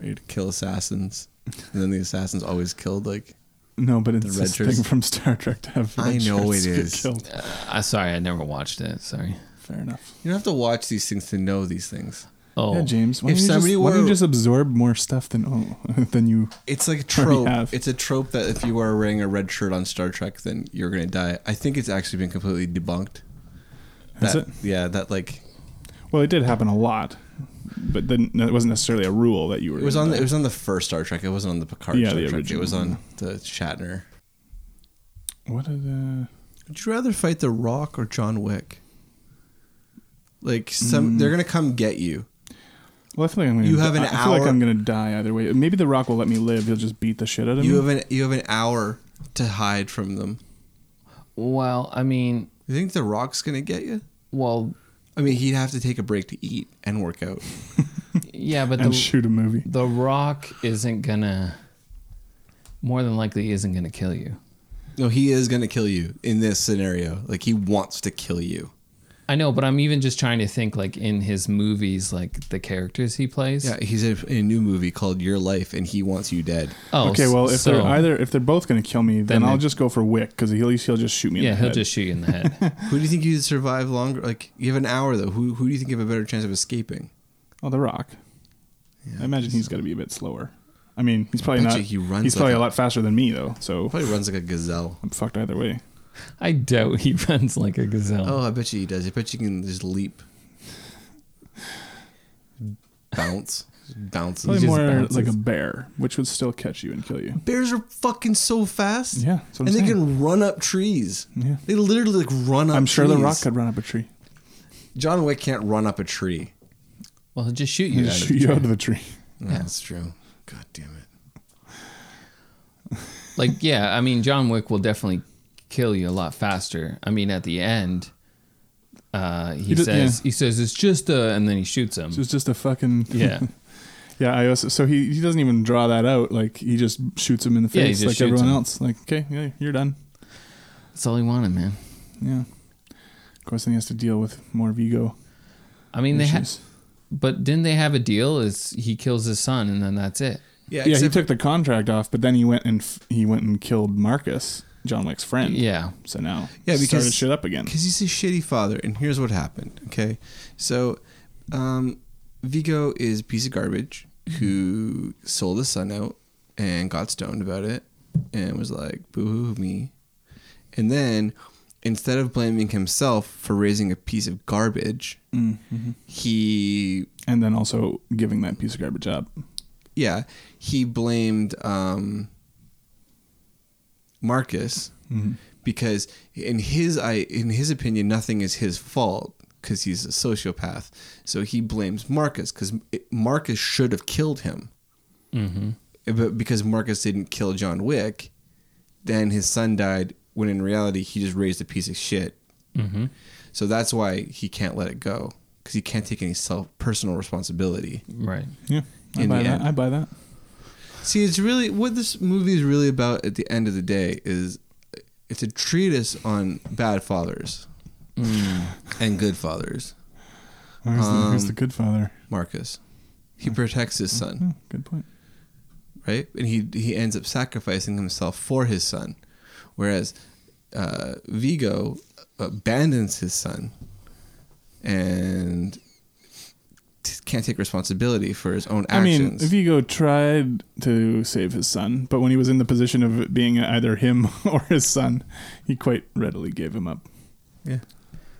S7: ready to kill assassins, and then the assassins always killed like
S8: No, but it's
S7: red
S8: this
S7: shirts.
S8: thing from Star Trek to have. Red
S7: I know
S8: shirts
S7: it
S8: get
S7: is.
S8: killed.
S1: I sorry, I never watched it. Sorry.
S8: Fair enough.
S7: you don't have to watch these things to know these things.
S1: Oh,
S8: Yeah, James. Why,
S7: If
S8: don't you,
S7: somebody
S8: just, why don't
S7: were-
S8: you just absorb more stuff than oh than you?
S7: It's like a
S8: already
S7: trope.
S8: have.
S7: It's a trope that if you are wearing a red shirt on Star Trek, then you're gonna die. I think it's actually been completely debunked.
S8: Has
S7: That-
S8: it?
S7: Yeah, that like
S8: Well, it did happen a lot, but then no, it wasn't necessarily a rule that you were.
S7: it was on. The,
S8: gonna
S7: it was on the first Star Trek. It wasn't on the Picard
S8: Yeah,
S7: Star
S8: the
S7: Trek. It was
S8: original.
S7: on the Shatner.
S8: What is uh,
S7: Would you rather fight The Rock or John Wick? Like some, they're gonna come get you.
S8: well, I feel like I'm gonna.
S7: You have an
S8: I feel like
S7: hour-
S8: I'm gonna die either way. Maybe The Rock will let me live. He'll just beat the shit out of
S7: You
S8: me.
S7: have an you have an hour to hide from them.
S1: well, I mean,
S7: You think The Rock's gonna get you?
S1: well,
S7: I mean, he'd have to take a break to eat and work out.
S1: yeah, but
S8: and
S1: the,
S8: shoot a movie.
S1: the Rock isn't gonna, more than likely, isn't gonna kill you.
S7: No, he is gonna kill you in this scenario. Like he wants to kill you.
S1: I know, but I'm even just trying to think like in his movies, like the characters he plays.
S7: Yeah, he's in a, in a new movie called Your Life, and he wants you dead.
S1: Oh,
S8: okay, well, if
S1: so-
S8: they're either if they're both going to kill me, then,
S1: Then
S8: I'll
S1: they-
S8: just go for Wick because he'll he'll just shoot me. in
S1: yeah,
S8: the
S1: he'll
S8: head.
S1: just shoot you in the head.
S7: Who do you think you'd survive longer? Like you have an hour though. Who who do you think you have a better chance of escaping?
S8: Oh, The Rock. I imagine he's got to be a bit slower. I mean, he's probably
S7: bet
S8: not.
S7: you he runs
S8: he's probably
S7: like
S8: a
S7: a-
S8: lot faster than me though, so
S7: Probably runs like a gazelle.
S8: I'm fucked either way.
S1: I doubt he runs like a gazelle.
S7: Oh, I bet you he does. I bet you can just leap, bounce, bounces.
S8: Probably
S7: Just
S8: more
S7: bounces.
S8: like a bear, which would still catch you and kill you.
S7: Bears are fucking so fast.
S8: Yeah, that's
S7: and
S8: what I'm
S7: they
S8: saying.
S7: can run up trees.
S8: Yeah.
S7: They literally like run up.
S8: I'm sure The
S7: trees.
S8: Rock could run up a tree.
S7: John Wick can't run up a tree.
S1: Well, he'll just shoot
S8: He'd
S1: you. out
S8: just
S1: of the
S8: shoot you
S1: tree.
S8: out of the tree.
S7: Yeah, that's true. God damn it.
S1: Like, yeah, I mean, John Wick will definitely kill you a lot faster. I mean, at the end, uh, he,
S8: He did-
S1: says
S8: yeah.
S1: he says it's just a, and then he shoots him.
S8: So it's just a fucking
S1: yeah,
S8: yeah. I also so he he doesn't even draw that out. Like he just shoots him in the
S1: Yeah, he
S8: face
S1: just
S8: like
S1: shoots
S8: everyone
S1: him.
S8: else. Like okay, yeah, you're done.
S1: that's all he wanted, man.
S8: Yeah. Of course, then he has to deal with more Vigo
S1: I mean, they had,
S8: issues.
S1: but didn't they have a deal? Is he kills his son and then that's it?
S7: Yeah,
S8: yeah, he
S7: except
S8: took the contract off, but then he went and f- he went and killed Marcus, John Wick's friend.
S1: Yeah,
S8: So now
S7: Yeah,
S8: started
S7: because-
S8: shit up again.
S7: because he's a shitty father. And here's what happened. Okay, so um, Vigo is a piece of garbage who sold his son out and got stoned about it and was like, "Boo hoo me," and then instead of blaming himself for raising a piece of garbage, he
S8: And then also giving that piece of garbage up.
S7: yeah he blamed um marcus because in his i in his opinion nothing is his fault because he's a sociopath so he blames marcus because marcus should have killed him but because marcus didn't kill john wick then his son died when in reality he just raised a piece of shit so that's why he can't let it go because he can't take any self personal responsibility
S1: right.
S8: Yeah, I
S7: In
S8: buy
S7: the
S8: that.
S7: end.
S8: I buy that.
S7: See, it's really what this movie is really about at the end of the day is it's a treatise on bad fathers
S8: Mm.
S7: and good fathers.
S8: Where's, the, where's
S1: Um,
S8: the good father?
S7: Marcus, he
S8: Mm-hmm.
S7: protects his son,
S8: Oh, good point.
S7: right? And he he ends up sacrificing himself for his son, whereas uh, Vigo abandons his son and t- can't take responsibility for his own actions.
S8: I mean, Vigo tried to save his son, but when he was in the position of it being either him or his son, he quite readily gave him up.
S7: yeah,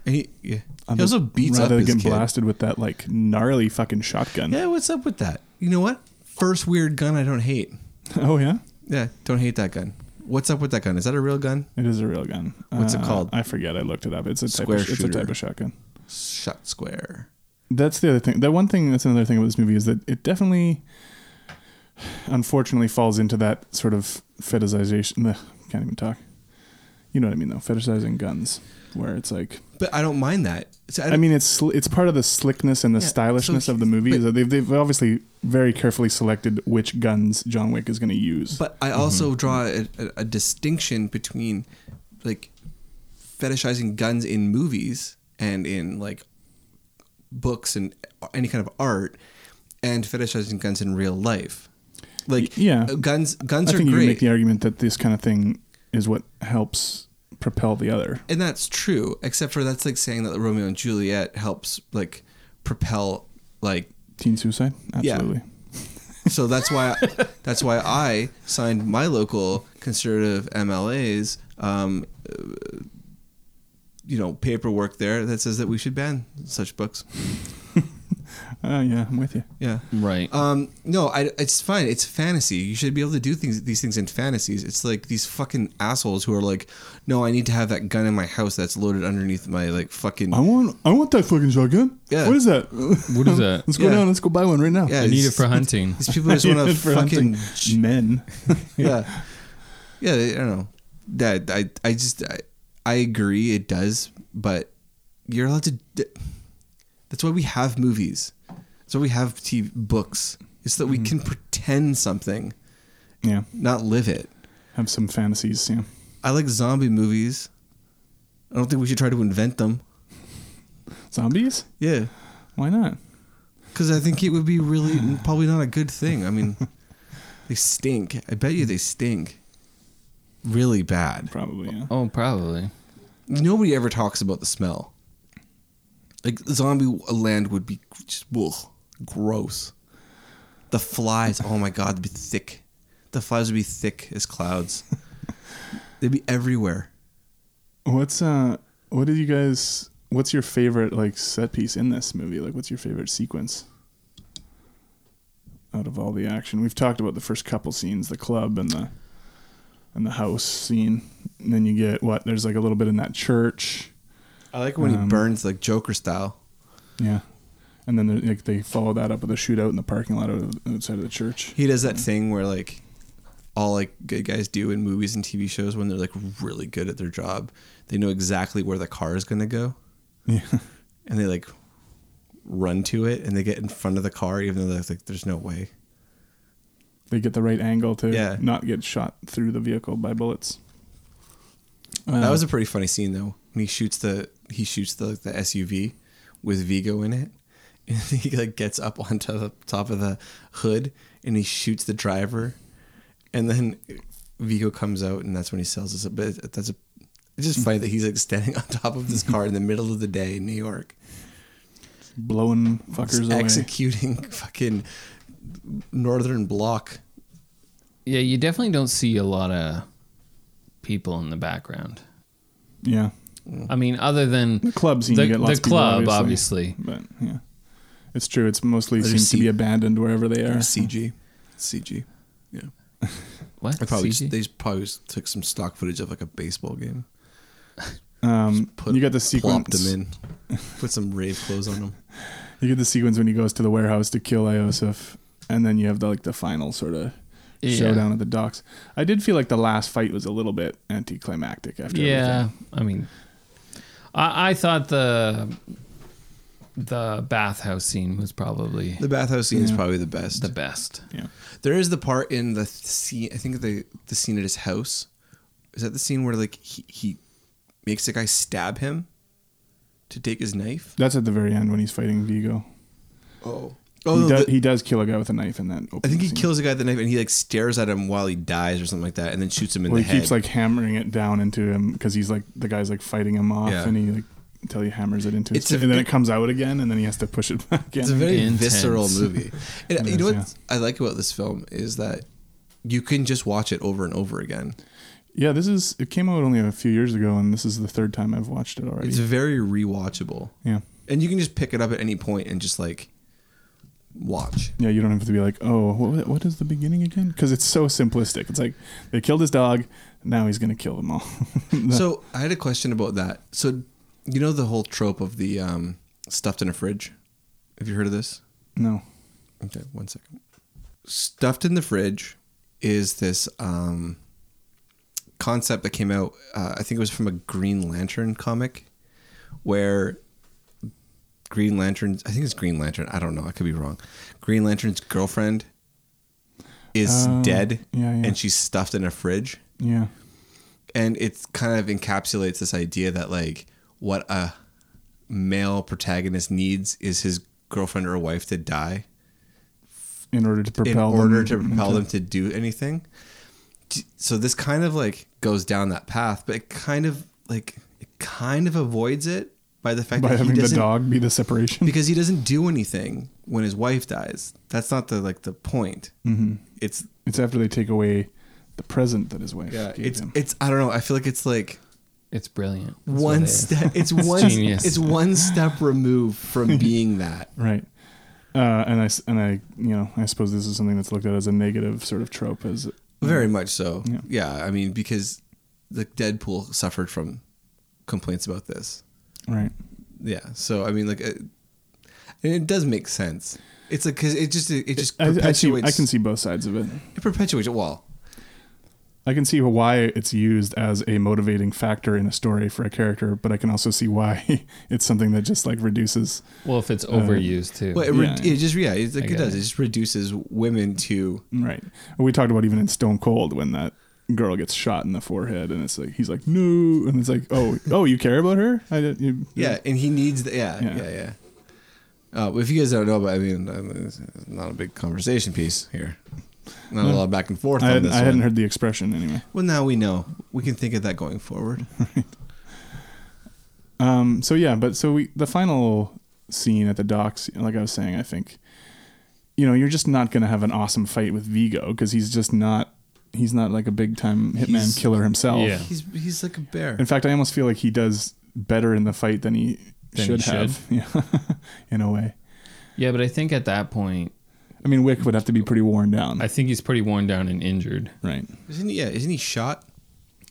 S7: and he yeah.
S8: Um,
S7: He also beats up
S8: rather
S7: his
S8: than get
S7: kid.
S8: blasted with that like gnarly fucking shotgun.
S7: Yeah, what's up with that? You know what? First weird gun I don't hate.
S8: Oh yeah,
S7: Yeah, don't hate that gun. What's up with that gun? Is that a real gun?
S8: it is a real gun. Uh,
S7: What's it called?
S8: I forget. I looked it up. It's a type
S7: Square
S8: of, it's a
S7: shooter.
S8: type of shotgun.
S7: Shot square.
S8: That's the other thing. That one thing. That's another thing about this movie is that it definitely, unfortunately, falls into that sort of fetishization. Ugh, can't even talk. You know what I mean, though. Fetishizing guns, where it's like
S7: But I don't mind that. It's- I,
S8: I mean, it's sl- it's part of the slickness and the
S7: Yeah, so
S8: stylishness of the movie.
S7: but-
S8: is that they've they've obviously very carefully selected which guns John Wick is going to use.
S7: But I also draw a, a, a distinction between like fetishizing guns in movies and in like books and any kind of art, and fetishizing guns in real life. Like
S8: Y- yeah.
S7: uh, guns guns
S8: I
S7: are
S8: think you
S7: great.
S8: can make the argument that this kind of thing is what helps propel the other.
S7: and that's true except for that's like saying that romeo and juliet helps like propel like
S8: Teen Suicide,
S7: Yeah.
S8: absolutely.
S7: so that's why that's why i signed my local conservative mlas um uh, you know paperwork there that says that we should ban such books
S8: Oh yeah, I'm with you.
S7: yeah
S8: Oh,
S1: Right.
S7: um no I, it's fine it's fantasy you should be able to do things these things in fantasies it's like these fucking assholes who are like no i need to have that gun in my house that's loaded underneath my like fucking
S8: I want I want that fucking shotgun.
S7: Yeah.
S8: What is that?
S1: what is that?
S8: Let's go
S7: Yeah.
S8: down. Let's go buy one right now.
S7: Yeah,
S1: I need it
S7: it's-
S1: for hunting.
S7: these people just want to
S8: For hunting
S7: fucking
S8: men.
S7: yeah, yeah. I don't know. That I I just I, I agree it does, but you're allowed to. d- That's why we have movies. That's why we have TV books. It's that we
S8: Mm-hmm.
S7: can pretend something,
S8: yeah,
S7: not live it.
S8: have some fantasies. Yeah,
S7: I like zombie movies. I don't think we should try to invent them.
S8: Zombies?
S7: Yeah,
S8: Why not?
S7: because I think it would be really probably not a good thing. I mean, they stink. I bet you they stink really bad.
S8: Probably, yeah.
S1: Oh, probably.
S7: Nobody ever talks about the smell. Like zombie land would be just ugh, gross. The flies, oh my god, they'd be thick. The flies would be thick as clouds. they'd be everywhere.
S8: What's uh what did you guys what's your favorite like set piece in this movie? Like what's your favorite sequence? Out of all the action. We've talked about the first couple scenes, the club and the and the house scene. And then you get what? There's like a little bit in that church.
S7: I like when
S8: Um,
S7: he burns like Joker style.
S8: Yeah. And then they're- like they follow that up with a shootout in the parking lot out- outside of the church.
S7: He does that thing where like all like good guys do in movies and TV shows when they're like really good at their job, they know exactly where the car is gonna go,
S8: Yeah.
S7: and they like run to it and they get in front of the car even though there's like there's no way.
S8: They get the right angle to
S7: Yeah.
S8: not get shot through the vehicle by bullets.
S7: That was a pretty funny scene though. When he shoots the he shoots the the SUV with Vigo in it. And he like gets up onto the top of the hood and he shoots the driver. And then Vigo comes out and that's when he sells us a bit that's a it's just funny that he's like standing on top of this car in the middle of the day in New York.
S8: blowing
S7: Just
S8: fuckers away.
S7: executing fucking northern block.
S1: Yeah, you definitely don't see a lot of people in the background.
S8: Yeah.
S1: I mean, other than
S8: The club scene,
S1: the,
S8: Mm. you get lots
S1: the
S8: of people,
S1: club,
S8: obviously.
S1: obviously.
S8: But yeah, it's true. It's mostly
S7: Let her
S8: seems to
S7: see-
S8: be abandoned wherever they are.
S7: CG. CG. Yeah.
S1: What?
S7: I probably
S1: CG?
S7: just, they just probably just took some stock footage of like a baseball game.
S8: Um,
S7: Put,
S8: you get the
S7: plop
S8: sequence.
S7: them in. Put some rave clothes on them.
S8: You get the sequence when he goes to the warehouse to kill Iosif, and then you have the like the final sort of
S1: Yeah.
S8: showdown at the docks. I did feel like the last fight was a little bit anticlimactic after.
S1: yeah,
S8: everything.
S1: I mean, I, I thought the the bathhouse scene was probably
S7: The bathhouse scene is probably the best.
S1: the best.
S8: yeah.
S7: there is the part in the th- scene. I think the the scene at his house. Is that the scene where like he, he makes the guy stab him to take his knife?
S8: That's at the very end when he's fighting Vigo.
S7: Oh,
S8: He,
S7: oh, no,
S8: does,
S7: the-
S8: he does kill a guy with a knife in that. Opening
S7: I think he
S8: scene.
S7: kills the guy with the knife and he like stares at him while he dies or something like that, and then shoots him in
S8: Well,
S7: the
S8: he
S7: head.
S8: keeps like hammering it down into him because he's like the guy's like fighting him off,
S7: Yeah.
S8: and he like until he hammers it into his,
S7: It's a-
S8: and then it,
S7: it-
S8: comes out again, and then he has to push it back in.
S7: It's a very
S1: Intense.
S7: visceral movie. And uh,
S8: It
S7: you know
S8: is,
S7: what I like about this film is that you can just watch it over and over again.
S8: yeah, this is it came out only a few years ago, and this is the third time I've watched it already.
S7: It's very rewatchable.
S8: yeah,
S7: And you can just pick it up at any point and just like watch.
S8: yeah, you don't have to be like, oh, what, what is the beginning again? Because it's so simplistic. It's like they killed his dog, now he's gonna kill them all.
S7: So I had a question about that. So you know the whole trope of the um, stuffed in a fridge? Have you heard of this?
S8: no,
S7: Okay, one second. Stuffed in the fridge is this um, concept that came out. Uh, I think it was from a Green Lantern comic, where Green Lantern's I think it's Green Lantern. I don't know. I could be wrong. Green Lantern's girlfriend is
S8: Oh,
S7: dead,
S8: yeah, yeah.
S7: and she's stuffed in a fridge
S8: yeah,
S7: and it kind of encapsulates this idea that like what a male protagonist needs is his girlfriend or wife to die
S8: in order to propel
S7: in order
S8: them
S7: to propel
S8: into-
S7: them to do anything. D- So this kind of like goes down that path, but it kind of like it kind of avoids it by the fact
S8: by
S7: that he
S8: having the
S7: doesn't
S8: dog be the separation.
S7: because he doesn't do anything when his wife dies. That's not the like the point.
S8: Mm-hmm.
S7: It's
S8: it's after they take away the present that his wife
S7: yeah,
S8: gave
S7: it's
S8: him.
S7: it's I don't know. I feel like it's like
S1: It's brilliant. That's what it
S7: one
S1: is.
S7: step it's one
S1: genius.
S7: it's one step removed from being that
S8: Right. Uh, and I s- and I you know I suppose this is something that's looked at as a negative sort of trope as
S7: very much so
S8: Yeah.
S7: yeah. i mean because the deadpool suffered from complaints about this
S8: right
S7: yeah so i mean like it, and it does make sense it's like because it just it, it just
S8: I, I see
S7: perpetuates
S8: I can see both sides of it
S7: it perpetuates a wall
S8: I can see why it's used as a motivating factor in a story for a character but I can also see why it's something that just like reduces
S1: Well, if it's overused too.
S7: well it, re-
S8: Yeah.
S7: it just yeah it's like
S1: I
S7: it
S1: get
S7: does
S1: it.
S7: it just reduces women to
S8: right we talked about even in Stone Cold when that girl gets shot in the forehead, and it's like he's like no, and it's like oh oh you care about her? I didn't. You,
S7: Yeah, and he needs the yeah,
S8: Yeah.
S7: yeah, yeah. Uh, if you guys don't know, but I mean, I mean, it's not a big conversation piece here. Not a lot of back and forth
S8: I,
S7: on
S8: hadn't,
S7: this.
S8: I hadn't
S7: one.
S8: heard the expression anyway.
S7: Well, now we know. We can think of that going forward.
S8: Um, so yeah, but so we the final scene at the docks, like I was saying, I think, you know, you're just not gonna have an awesome fight with Vigo because he's just not he's not like a big time hitman
S7: He's-
S8: killer himself.
S1: Yeah.
S7: He's he's like a bear.
S8: In fact, I almost feel like he does better in the fight than he
S1: Than
S8: should
S1: he should.
S8: have. Yeah, in a way.
S1: Yeah, but I think at that point,
S8: I mean, Wick would have to be pretty worn down,
S1: I think he's pretty worn down and injured.
S8: right?
S7: Isn't he? Yeah, isn't he shot?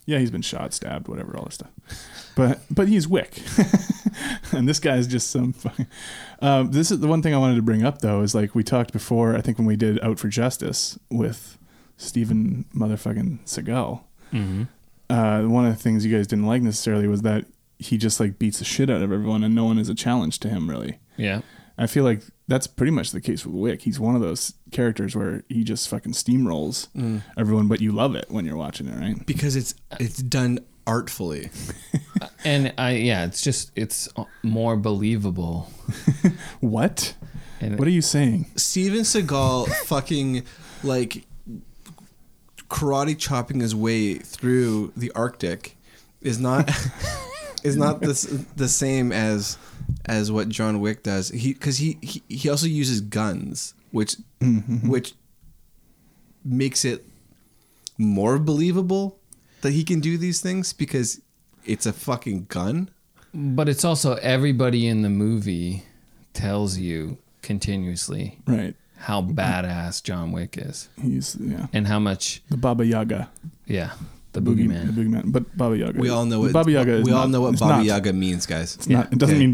S8: Yeah, he's been shot, stabbed, whatever, all this stuff. But but he's Wick, and this guy's just some. fucking- Um, this is the one thing I wanted to bring up though is like we talked before. I think when we did Out for Justice with Steven motherfucking Seagal,
S1: Mm-hmm.
S8: uh, one of the things you guys didn't like necessarily was that he just like beats the shit out of everyone, and no one is a challenge to him really.
S1: Yeah.
S8: I feel like that's pretty much the case with Wick. He's one of those characters where he just fucking steamrolls
S7: Mm.
S8: everyone, but you love it when you're watching it, right?
S7: Because it's it's done artfully.
S1: And I yeah, it's just it's more believable.
S8: What?
S1: And
S8: What are you saying?
S7: Steven Seagal fucking like karate chopping his way through the Arctic is not is not the s- the same as as what John Wick does. He because he, he he also uses guns, which
S8: Mm-hmm.
S7: which makes it more believable that he can do these things because it's a fucking gun.
S1: But it's also everybody in the movie tells you continuously
S8: Right.
S1: how badass John Wick is
S8: He's yeah.
S1: and how much
S8: The Baba Yaga.
S1: yeah, the
S8: Boogie-
S1: boogeyman.
S8: The boogeyman. But Baba Yaga.
S7: We
S8: is-
S7: all know what
S8: Baba Yaga is
S7: We all
S8: not-
S7: know what
S8: it's
S7: Baba
S8: not-
S7: Yaga means, guys.
S8: It's not, it doesn't
S7: Okay.
S8: mean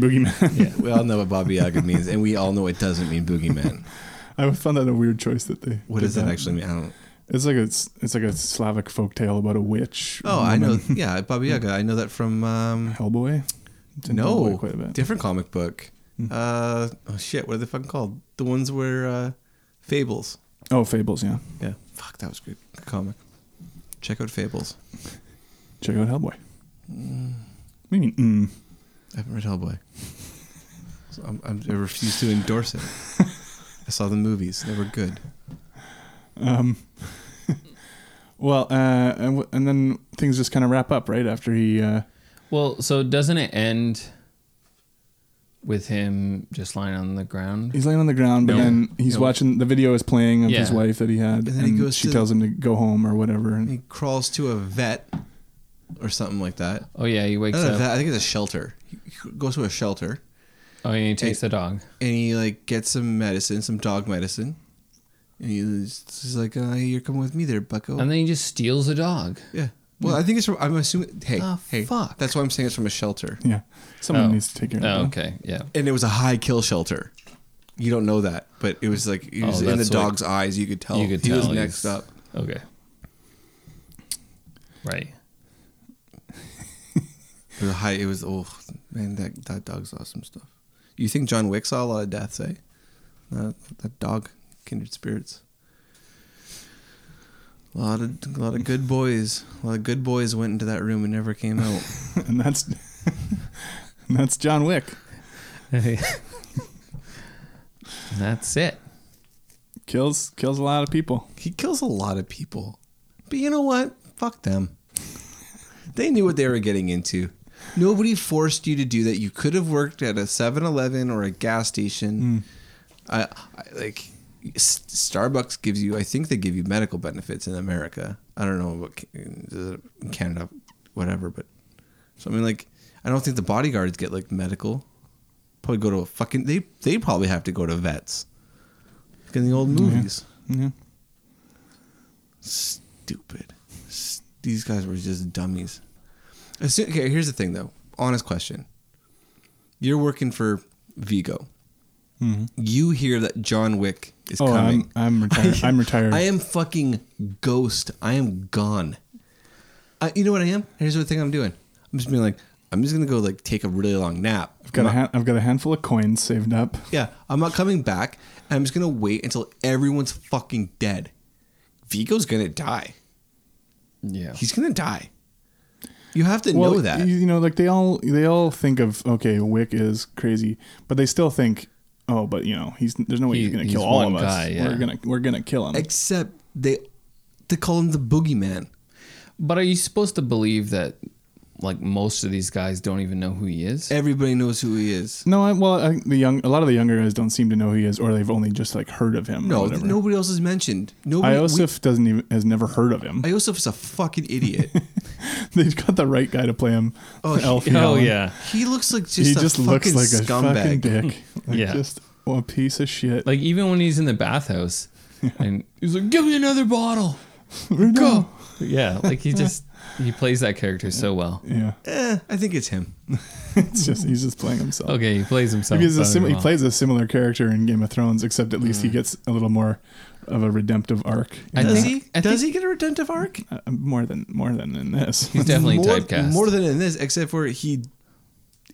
S8: boogeyman.
S7: We all know what Baba Yaga means, and we all know it doesn't mean boogeyman.
S8: I found that a weird choice that they.
S7: What
S8: did
S7: does that actually mean? I don't.
S8: It's like a it's it's like a Slavic folktale about a witch.
S7: Oh, I know.
S8: woman.
S7: Yeah, Baba Yaga. I know that from um,
S8: Hellboy. It's in
S7: no
S8: Hellboy quite a bit.
S7: different comic book. Uh, oh shit, what are they fucking called? The ones where uh, Fables.
S8: oh, Fables. Yeah,
S7: Yeah, fuck, that was a good comic. Check out Fables.
S8: check out Hellboy. What do you mean? Mm.
S7: I haven't read Hellboy. So I'm, I'm, I refuse to endorse it. I saw the movies; they were good.
S8: Well, uh, and, w- and then things just kind of wrap up right after he. Uh,
S1: Well, so doesn't it end with him just lying on the ground?
S8: he's laying on the ground, but
S1: No.
S8: then he's
S7: No.
S8: watching the video is playing of his
S1: Yeah.
S8: wife that he had, and,
S7: then he goes
S8: she
S7: to-
S8: tells him to go home or whatever. And
S7: He crawls to a vet or something like that.
S1: Oh yeah, he wakes
S7: Not a
S1: up.
S7: vet, I think it's a shelter. He he goes to a shelter.
S1: Oh, and he takes the dog.
S7: and he like gets some medicine, some dog medicine, and he's, he's like, uh, "You're coming with me there, Bucko."
S1: And then he just steals the dog.
S7: yeah. Well, I think it's from. I'm assuming. Hey,
S1: Ah,
S7: hey,
S1: fuck.
S7: That's why I'm saying it's from a shelter,
S8: Yeah. Someone
S1: Oh.
S8: needs to take care of
S1: Oh,
S8: them.
S1: okay. Yeah.
S7: and it was a high kill shelter. You don't know that, but it was like it was in the
S1: Oh, that's what-
S7: dog's eyes. You could tell.
S1: you could
S7: Oh, he
S1: tell
S7: was
S1: he's-
S7: next up.
S1: Okay. Right.
S7: It was a high. It was oh man, that that dog saw some stuff. You think John Wick saw a lot of deaths? Eh? That that dog, kindred spirits. A lot of a lot of good boys. A lot of good boys went into that room and never came out.
S8: and that's and that's John Wick.
S1: And That's it.
S8: Kills kills a lot of people.
S7: he kills a lot of people, but you know what? Fuck them. They knew what they were getting into. Nobody forced you to do that. You could have worked at a 7-Eleven or a gas station. I, I like S- Starbucks gives you. I think they give you medical benefits in America. I don't know about Ca- does it- in Canada, whatever. But so I mean, like, I don't think the bodyguards get like medical. Probably go to a fucking. They they probably have to go to vets. Like in the old movies.
S8: Yeah.
S7: Stupid. S- These guys were just dummies. Assu- okay, here's the thing though. Honest question. You're working for Vigo. You hear that John Wick is
S8: Mm-hmm. Oh,
S7: coming.
S8: I'm I'm retired. I'm retired.
S7: I am fucking ghost. I am gone. I, you know what I am? Here's the thing I'm doing. I'm just being like, I'm just gonna go like take a really long nap.
S8: have got a ha- I've got a handful of coins saved up.
S7: Yeah, I'm not coming back. I'm just gonna wait until everyone's fucking dead. Vigo's gonna die.
S1: Yeah.
S7: He's gonna die. You have to know that.
S8: You, you know, like they all they all think of okay, Wick is crazy, but they still think, oh, but you know, he's there's no way
S1: He-
S8: he's gonna
S1: he's
S8: kill all
S1: one
S8: of us.
S1: guy, yeah.
S8: We're gonna we're gonna kill him.
S7: Except they they call him the boogeyman.
S1: But are you supposed to believe that like most of these guys don't even know who he is?
S7: Everybody knows who he is.
S8: no, I, well, I, think the young a lot of the younger guys don't seem to know who he is, or they've only just like heard of him.
S7: No,
S8: or whatever.
S7: nobody else is mentioned. Nobody.
S8: Iosif doesn't even has never heard of him.
S7: we- Iosif is a fucking idiot.
S8: They've got the right guy to play him.
S7: Oh, he-
S8: Alfie
S1: Oh
S8: Allen.
S1: yeah.
S7: he looks like just
S8: he
S7: a
S8: just
S7: fucking
S8: looks like a
S7: scumbag.
S8: fucking dick. Like,
S1: Yeah.
S8: just a piece of shit.
S1: Like even when he's in the bathhouse and he's like, Give me another bottle. Go. Yeah. Like he just he plays that character so well.
S8: yeah,
S7: eh, I think it's him.
S8: it's just he's just playing himself.
S1: Okay, he plays himself.
S8: He, is a
S1: very
S8: sim- he
S1: well. Mm.
S8: plays a similar character in Game of Thrones, except at least he gets a little more of a redemptive arc.
S1: I
S7: Does
S1: think-
S7: he?
S1: I
S7: Does
S1: think-
S7: he get a redemptive arc?
S8: Uh, more than more than in this.
S1: He's definitely
S7: more,
S1: typecast.
S7: More than in this, except for he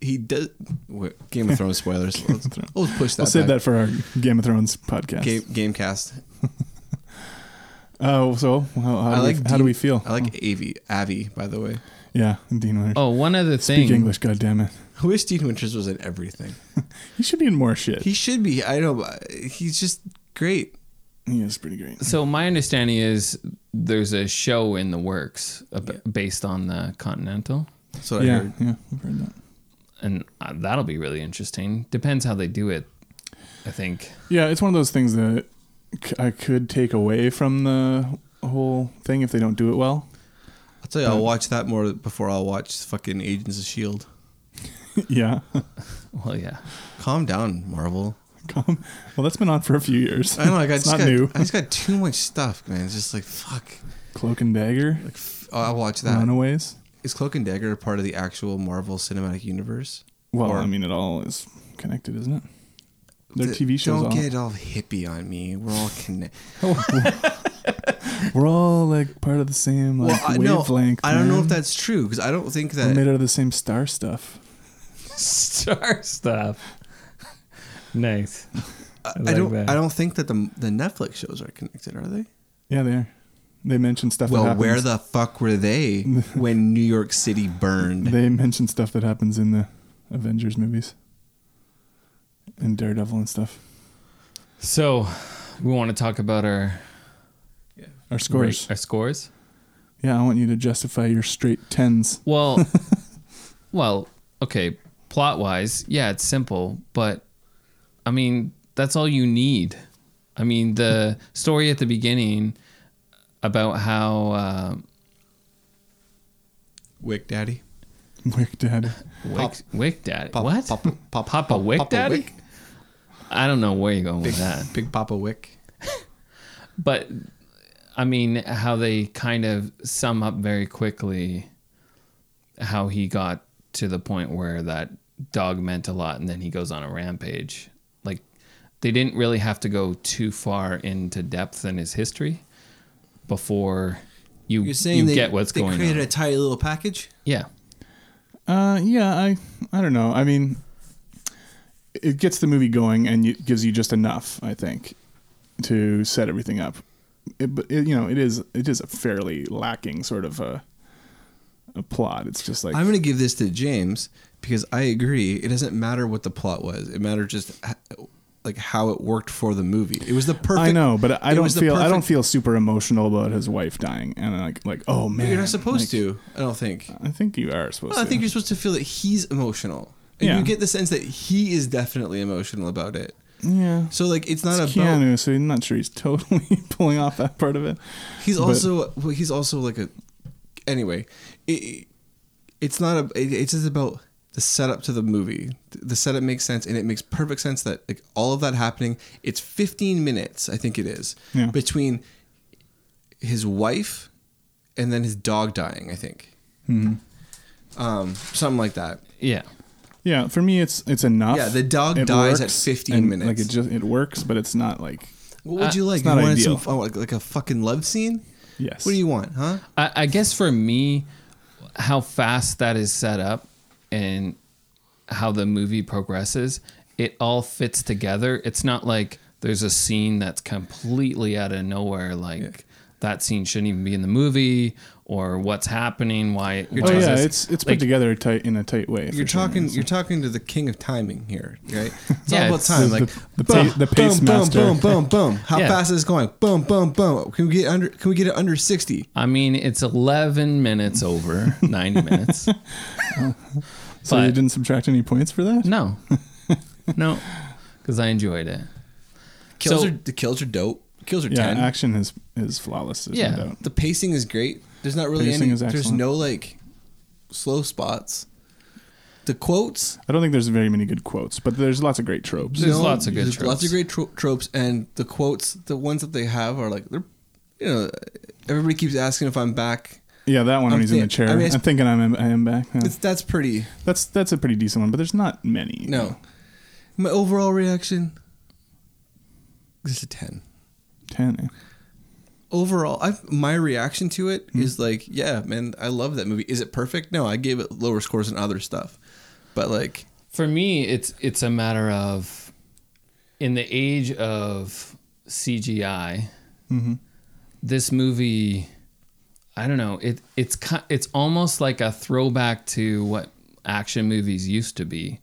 S7: he does wait, Game of Thrones spoilers. let's, let's push that.
S8: I'll save
S7: back.
S8: that for our Game of Thrones podcast.
S7: Game, Gamecast.
S8: Oh, so how, how,
S7: I
S8: do,
S7: like.
S8: we, how do
S7: Dean-
S8: we feel?
S7: I like
S1: Hmm.
S7: Avi. Avi, by the way.
S8: yeah, Dean Winters.
S1: Oh, one other thing.
S8: Speak English, goddammit.
S7: I wish Dean Winters was in everything.
S8: He should be in more shit.
S7: He
S8: He,
S7: should be. I know. but He's just great.
S8: is pretty great.
S1: So my understanding is there's a show in the works ab-
S7: Yeah.
S1: based on the Continental,
S7: That's what I
S8: Yeah,
S7: heard.
S8: yeah, I've heard that.
S1: and uh, that'll be really interesting. Depends how they do it. I think.
S8: Yeah, it's one of those things that c- I could take away from the whole thing if they don't do it well.
S7: I'll tell you, I'll watch that more before I'll watch fucking Agents of Shield.
S8: yeah.
S1: Well, yeah.
S7: Calm down, Marvel.
S8: Calm. Well, that's been on for a few years.
S7: I know, like, I
S8: it's
S7: just
S8: not
S7: got,
S8: new.
S7: I just got too much stuff, man. It's just like fuck.
S8: Cloak and Dagger,
S7: Like, f- oh, I'll watch that. Is
S8: Runaways.
S7: Cloak and Dagger part of the actual Marvel Cinematic Universe?
S8: Well,
S7: Or-
S8: I mean, it all is connected, isn't it? Their
S7: Th-
S8: TV shows.
S7: Don't
S8: all-
S7: get all hippie on me. We're all connected.
S8: We're all like part of the same like
S7: well, I, no,
S8: wavelength.
S7: I don't know if
S8: man.
S7: that's true because I don't think
S8: We're made
S7: that.
S8: out of the same star stuff.
S1: Star stuff. nice.
S7: I, I
S1: like
S7: don't.
S1: that.
S7: I don't think that the the Netflix shows are connected, are they?
S8: Yeah, they are. They mention stuff. that
S7: Well,
S8: happens.
S7: where the fuck were they when New York City burned?
S8: They mention stuff that happens in the Avengers movies and Daredevil and stuff.
S1: So, we want to talk about our
S8: Our scores.
S1: our scores.
S8: Yeah, I want you to justify your straight tens.
S1: Well, well, okay. Plot wise, yeah, it's simple, but I mean, that's all you need. I mean, the story at the beginning about how uh,
S7: Wick Daddy.
S8: Wick Daddy.
S1: Wick,
S7: Pop-
S1: Wick Daddy,
S7: Pop-
S1: what?
S7: Papa, Papa,
S1: Papa Wick Daddy? I don't know where you're going
S7: Big,
S1: with that,
S7: Big Papa Wick.
S1: but I mean, how they kind of sum up very quickly how he got to the point where that dog meant a lot and then he goes on a rampage. Like they didn't really have to go too far into depth in his history before you
S7: You're saying
S1: you
S7: they,
S1: get what's
S7: they
S1: going
S7: created
S1: on.
S7: a tiny little package?
S1: yeah.
S8: Uh, yeah, I, I don't know. I mean, it gets the movie going and it gives you just enough, I think, to set everything up. It, but it, you know, it is it is a fairly lacking sort of a, a plot. It's just like
S7: I'm going to give this to James because I agree. It doesn't matter what the plot was. It mattered just h- like how it worked for the movie. It was the perfect.
S8: I know, but I
S7: it
S8: don't
S7: was the
S8: feel I don't
S7: perfect-
S8: feel super emotional about his wife dying and like like oh man,
S7: You're not supposed
S8: like,
S7: to. I don't think.
S8: I think you are supposed
S7: Well, I
S8: to.
S7: think you're supposed to feel that he's emotional. And
S8: Yeah.
S7: you get the sense that he is definitely emotional about it.
S8: yeah.
S7: So like it's not
S8: It's
S7: about
S8: Keanu, so I'm not sure he's totally pulling off that part of it.
S7: He's
S8: But-
S7: also well, he's also like a anyway. It, it's not a. It, it's just about the setup to the movie. The setup makes sense, and it makes perfect sense that like all of that happening. It's 15 minutes, I think it is,
S8: Yeah.
S7: between his wife and then his dog dying. I think,
S8: Mm-hmm.
S7: um, something like that.
S1: Yeah.
S8: Yeah, for me, it's it's enough.
S7: Yeah, the dog dies at 15
S8: and,
S7: minutes.
S8: Like it just it works, but it's not like
S7: What would
S1: Uh,
S7: you like?
S8: not
S7: you wanted
S8: ideal.
S7: some oh, like, like a fucking love scene.
S8: yes.
S7: What do you want, huh?
S1: I, I guess for me, how fast that is set up and how the movie progresses, it all fits together. It's not like there's a scene that's completely out of nowhere, like that scene shouldn't even be in the movie, or what's happening, why. why
S7: You're
S8: Oh
S7: talking-
S1: is
S8: yeah,
S1: this-
S8: it's it's put
S1: like-
S8: together tight in a tight way.
S7: You're
S8: for sure.
S7: talking.
S8: It's-
S7: You're talking to the king of timing here, right? It's
S1: Yeah,
S7: all about
S1: it's-
S7: time.
S8: The-
S7: Like
S8: the pa- the pace
S7: boom, boom,
S8: master.
S7: boom, boom, boom. How
S1: Yeah.
S7: fast is it going? Boom, boom, boom. Can we get under? Can we get it under sixty?
S1: I mean, it's 11 minutes over 90 minutes.
S8: so you
S1: but-
S8: didn't subtract any points for that.
S1: No, no, because I enjoyed it.
S7: Kills
S1: So-
S7: are the kills are dope. Kills are
S8: Yeah,
S7: ten.
S8: action is is flawless. There's
S1: Yeah.
S8: no doubt.
S7: the pacing is great. There's not really
S8: Pacing
S7: any.
S8: is
S7: There's
S8: excellent.
S7: no like slow spots. The quotes.
S8: I don't think there's very many good quotes, but there's lots of great tropes.
S1: There's lots of good
S7: there's Lots
S1: tropes.
S7: of great tro- tropes, and the quotes. The ones that they have are like they're. You know, everybody keeps asking if I'm back.
S8: Yeah, that one
S7: I'm
S8: when he's in the
S7: thi-
S8: chair.
S7: I
S8: I
S7: mean, it's-
S8: am thinking I'm I am back. Yeah.
S7: It's, that's pretty.
S8: That's that's a pretty decent one, but there's not many.
S7: No. My overall reaction is a 10.
S8: ten.
S7: Overall, I my reaction to it is like, yeah, man, I love that movie. Is it perfect? No, I gave it lower scores than other stuff. But like,
S1: For me, it's it's a matter of in the age of CGI,
S7: Mm-hmm.
S1: this movie. I don't know. It it's ki- it's almost like a throwback to what action movies used to be,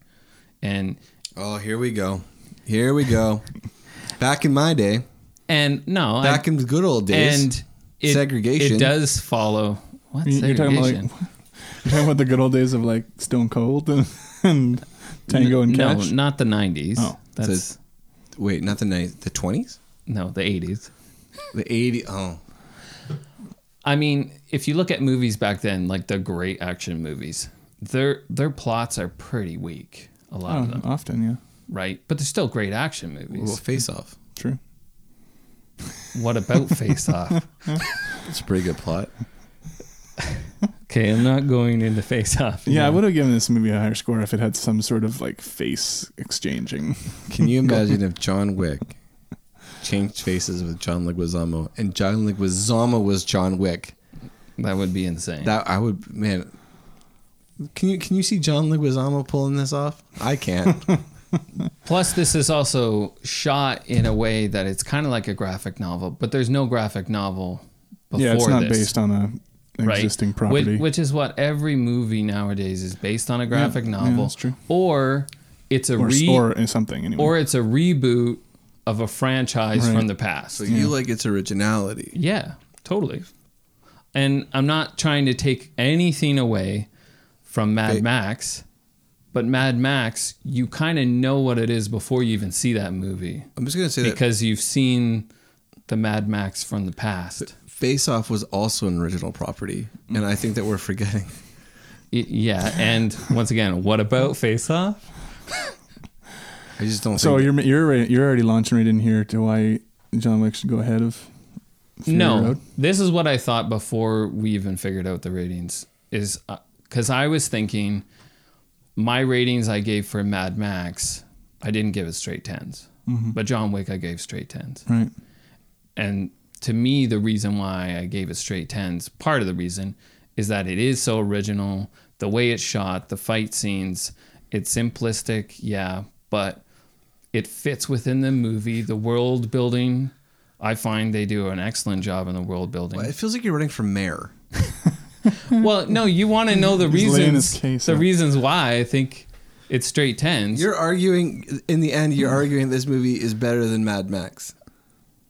S1: and
S7: oh, here we go. Here we go. back in my day,
S1: and no, I-
S7: back in the good old days.
S1: and it,
S7: segregation.
S1: It does follow what
S8: You- You're
S1: segregation.
S8: talking about like you're talking about the good old days of like Stone Cold and, and Tango and
S1: no,
S8: Cash.
S1: not the '90s.
S8: Oh.
S1: that's
S7: So- Wait, not the night, the 20s?
S1: no the '80s.
S7: The 80s. Oh.
S1: I mean, if you look at movies back then, like the great action movies, their their plots are pretty weak, a lot of
S8: Oh,
S1: them,
S8: often, yeah,
S1: right? But they're still great action movies.
S7: Well, face off.
S8: true.
S1: What about Face Off?
S7: It's a pretty good plot.
S1: Okay, I'm not going into Face Off.
S8: Yeah, I would have given this movie a higher score if it had some sort of like face exchanging.
S7: Can you imagine if John Wick changed faces with John Leguizamo and John Leguizamo was John Wick?
S1: that would be insane.
S7: That I would man. Can you can you see John Leguizamo pulling this off? I can't.
S1: Plus, this is also shot in a way that it's kind of like a graphic novel, but there's no graphic novel before
S8: yeah, it's not
S1: this.
S8: based on a
S1: right?
S8: existing
S1: Whi-
S8: property.
S1: Which, is what every movie nowadays is based on a graphic
S8: yeah,
S1: novel.
S8: that's true.
S1: Or it's a
S8: or,
S1: re-
S8: or something anyway.
S1: or it's a reboot of a franchise
S8: Right.
S1: from the past.
S7: So you like its originality.
S1: yeah, totally. And I'm not trying to take anything away from Mad
S7: They-
S1: Max, but Mad Max, you kind of know what it is before you even see that movie
S7: I'm just gonna say that
S1: because you've seen the Mad Max from the past.
S7: Face Off was also an original property, and I think that we're forgetting.
S1: Y- yeah, and once again, what about Face Off?
S7: I just don't.
S8: so
S7: think
S8: you're you're already- you're already launching right in here to why John Wick should go ahead of Fury
S1: no
S8: Road.
S1: this is what i thought before we even figured out the ratings is because i was thinking my ratings i gave for mad max i didn't give it straight 10s
S8: Mm-hmm.
S1: but john wick i gave straight 10s
S8: Right.
S1: and to me the reason why i gave it straight 10s part of the reason is that it is so original the way it's shot the fight scenes it's simplistic yeah but it fits within the movie the world building i find they do an excellent job in the world building
S7: it feels like you're running for mayor.
S1: well no you want to know the
S8: He's laying
S1: reasons
S8: his case
S1: the
S8: out.
S1: reasons why i think it's straight 10s
S7: You're arguing in the end. You're arguing this movie is better than Mad Max.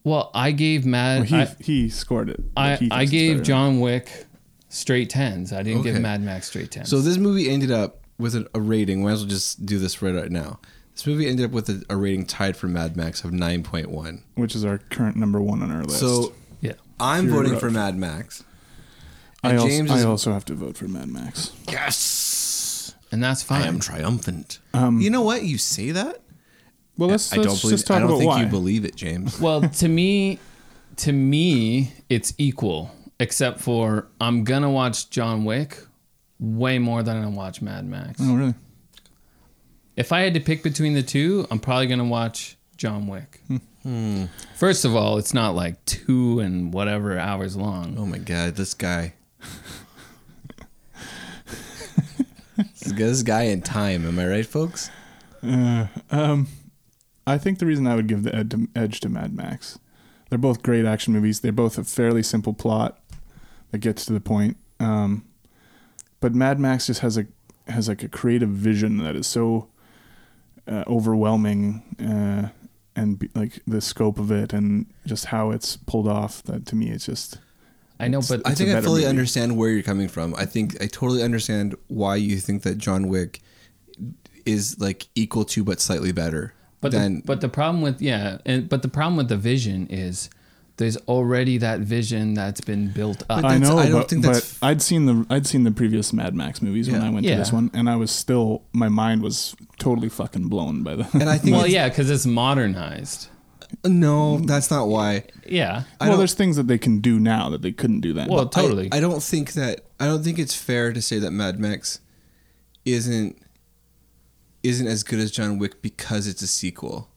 S1: well i gave mad
S8: Well, he
S1: I-
S8: he scored it. Like,
S1: I,
S8: he
S1: I
S8: thinks it's
S1: gave
S8: better.
S1: John Wick straight tens. I didn't give
S7: Okay.
S1: Mad Max straight tens.
S7: So this movie ended up with a, a rating. Might as well just do this right, right now. This movie ended up with a, a rating tied for Mad Max of nine point one.
S8: which is our current number one on our list.
S7: So
S1: yeah,
S7: I'm
S8: Fury
S7: voting
S8: Road.
S7: for Mad Max.
S8: I also,
S7: James
S8: I
S7: is-
S8: also have to vote for Mad Max.
S7: Yes,
S1: and that's
S7: I
S1: fine.
S7: am triumphant. you know what? You say that.
S8: Well, let's,
S7: I
S8: let's
S7: don't believe.
S8: just talk
S7: I don't
S8: about
S7: think
S8: why.
S7: you believe it, James.
S1: well, to me, to me, it's equal, except for I'm gonna watch John Wick way more than I watch Mad Max.
S8: oh, really?
S1: If I had to pick between the two, I'm probably gonna watch John Wick.
S7: Hmm.
S1: First of all, it's not like two and whatever hours long.
S7: Oh my god, this guy. this guy- this guy in time. Am I right, folks?
S8: I think the reason I would give the ed edge to Mad Max, they're both great action movies. They're both a fairly simple plot. that gets to the point. Um, but Mad Max just has a has like a creative vision that is so uh, overwhelming uh, and be, like the scope of it and just how it's pulled off that to me it's just
S1: I know, but
S7: I
S8: It's a
S7: think I
S8: better
S7: fully
S8: movie.
S7: understand where you're coming from. I think I totally understand why you think that John Wick is like equal to but slightly better
S1: But
S7: than
S1: the, but the problem with yeah, and but the problem with the vision is there's already that vision that's been built up.
S7: But
S8: I
S7: that's-
S8: know,
S7: I don't
S8: but,
S7: think that's-
S8: but I'd seen the I'd seen the previous Mad Max movies when
S7: Yeah.
S8: I went
S1: Yeah.
S8: to this one, and I was still my mind was totally fucking blown by the.
S7: and I think
S1: well,
S7: it's-
S1: yeah, because it's modernized.
S7: no, that's not why.
S1: Yeah,
S7: I
S8: well,
S7: don't-
S8: there's things that they can do now that they couldn't do then.
S1: well,
S7: I-
S1: totally.
S7: I, don't think that I don't think it's fair to say that Mad Max isn't isn't as good as John Wick because it's a sequel.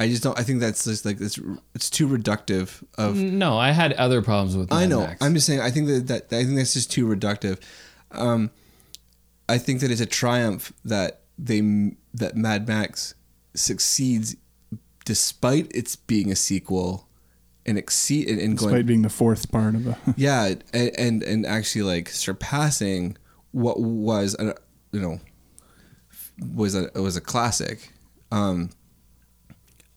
S7: I just don't. I think that's just like it's it's too reductive of.
S1: no, I had other problems with.
S7: I
S1: Mad
S7: know.
S1: Max.
S7: I'm just saying. I think that, that I think that's just too reductive. Um, I think that it's a triumph that they that Mad Max succeeds despite its being a sequel and exceed and, and going
S8: despite being the fourth part of a.
S7: yeah and, and and actually like surpassing what was a, you know was a was a classic um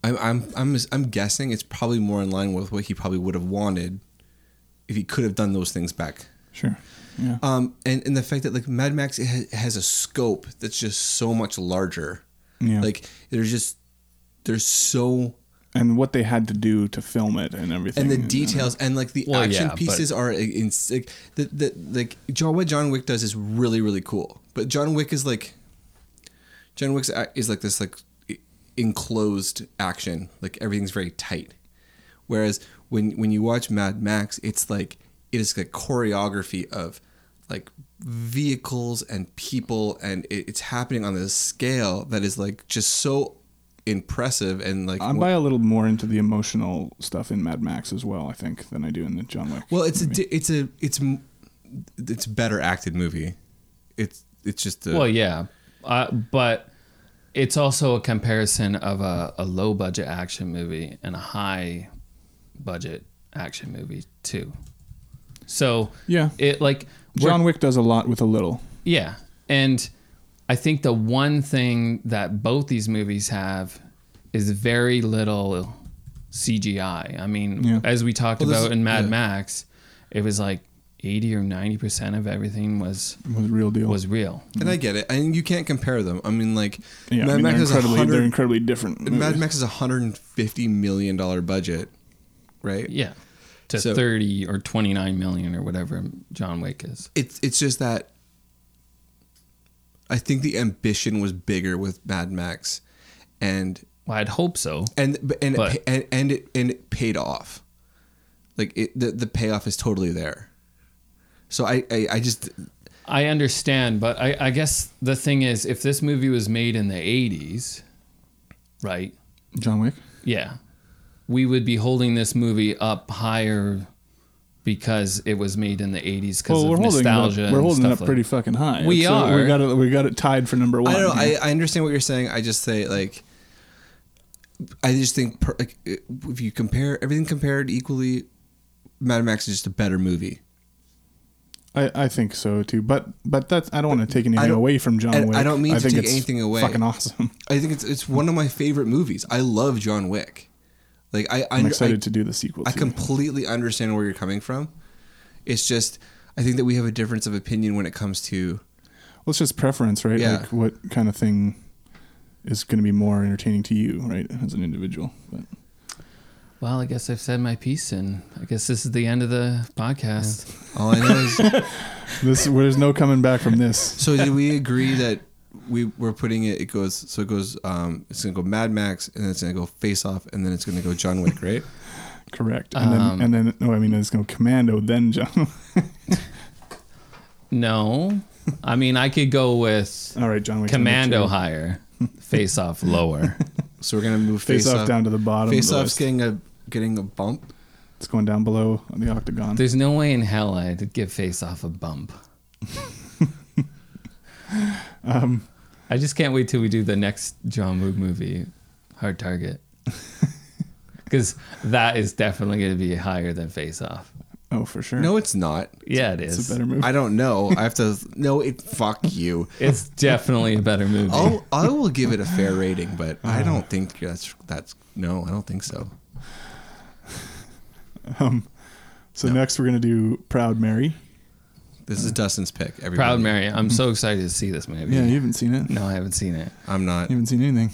S7: I'm, I'm i'm I'm guessing it's probably more in line with what he probably would have wanted if he could have done those things back
S8: sure. Yeah.
S7: um and and the fact that like mad max ha- has a scope that's just so much larger
S8: Yeah.
S7: like there's just there's so
S8: and what they had to do to film it and everything.
S7: and the
S8: you know.
S7: details and like the
S1: Well,
S7: action
S1: yeah, but-
S7: pieces are in, like the, the like John what John Wick does is really really cool. But John Wick is like John Wick's ac- is like this like e, enclosed action, like everything's very tight. Whereas when when you watch Mad Max, it's like it is like choreography of like vehicles and people and it, it's happening on this scale that is like just so impressive and like
S8: I buy a little more into the emotional stuff in Mad Max as well, I think, than I do in the John Wick.
S7: Well, it's a,
S8: movie.
S7: di- it's a, it's, m- it's a better acted movie. It's, it's just a,
S1: well, yeah, uh, but it's also a comparison of a, a low budget action movie and a high budget action movie too. So
S8: Yeah.
S1: it like we're-
S8: John Wick does a lot with a little.
S1: Yeah. And I think the one thing that both these movies have is very little CGI. I mean,
S8: Yeah.
S1: as we talked
S7: Well, this
S1: about
S7: is-
S1: in Mad
S7: yeah.
S1: Max, it was like 80 or 90% of everything was
S8: Was real deal.
S1: was real.
S7: and I get it. I mean, you can't compare them. I mean, like
S8: yeah, I
S7: Mad
S8: mean,
S7: Max
S8: they're
S7: is a
S8: incredibly they're
S7: hundred,
S8: incredibly different.
S7: Mad
S8: movies.
S7: Max is a hundred and fifty million dollar budget, right?
S1: Yeah. To
S7: So-
S1: 30 or 29 million or whatever John Wick is.
S7: It's, it's just that I think the ambition was bigger with Mad Max and
S1: Well, I'd hope so.
S7: and but- and
S1: But-
S7: it, pa- and and it and it paid off. Like it, the the payoff is totally there. So I I, I just
S1: I understand, but I, I guess the thing is if this movie was made in the 80s, right?
S8: John Wick.
S1: Yeah. We would be holding this movie up higher because it was made in the 80s because of
S8: it up-
S1: nostalgia.
S8: we're
S1: and
S8: holding
S1: stuff
S8: up
S1: like-
S8: pretty fucking high.
S1: We
S8: So
S1: are.
S8: We got it. We got it tied for number one.
S7: I don't know. I, I understand what you're saying. I just say like, I just think per, like it- if you compare everything compared equally, Mad Max is just a better movie.
S8: I, I think so too. But but that's I don't want to take anything
S7: don't-
S8: away from John
S7: and
S8: Wick.
S7: I don't mean to
S8: think
S7: take
S8: it's
S7: anything away.
S8: Fucking awesome.
S7: I think it's it's one of my favorite movies. I love John Wick. Like I, I
S8: I'm excited
S7: I-
S8: to do the sequel.
S7: I
S8: too.
S7: completely understand where you're coming from. It's just I think that we have a difference of opinion when it comes to
S8: well, it's just preference, right?
S7: Yeah.
S8: Like what kind of thing is going to be more entertaining to you, right, as an individual? But
S1: Well, I guess I've said my piece, and I guess this is the end of the podcast.
S7: all I know is
S8: this well, there's no coming back from this.
S7: so did we agree that we we're putting it it goes so it goes um it's gonna go Mad Max and then it's gonna go Face Off and then it's gonna go John Wick right
S8: Correct. And
S1: Um,
S8: then and then no, I mean it's going to Commando then John.
S1: No. I mean, I could go with
S8: All right, John Wick. number
S1: Commando
S8: two.
S1: higher, Face Off lower.
S7: so we're gonna move
S8: Face, off, down to the bottom.
S7: Face
S8: Face
S7: Off's getting a getting a bump
S8: It's going down below on the octagon.
S1: There's no way in hell I'd give Face Off a bump.
S8: Um,
S1: I just can't wait till we do the next John Woo movie, Hard Target. Because that is definitely going to be higher than Face Off.
S8: Oh, for sure.
S7: No, it's not.
S1: Yeah, it is.
S8: it's a better movie.
S7: I don't know. I have to. No, it. Fuck you.
S1: It's definitely a better movie.
S8: Oh.
S7: I'll, I will give it a fair rating, but I
S8: Uh-huh.
S7: don't think that's that's no. I don't think so.
S8: so next we're gonna do Proud Mary.
S7: This
S8: Uh-huh.
S7: is Dustin's pick. Everybody.
S1: Proud Mary. I'm so excited to see this movie.
S8: Yeah, you haven't seen it.
S1: no, I haven't seen it.
S7: I'm not.
S8: You haven't seen anything.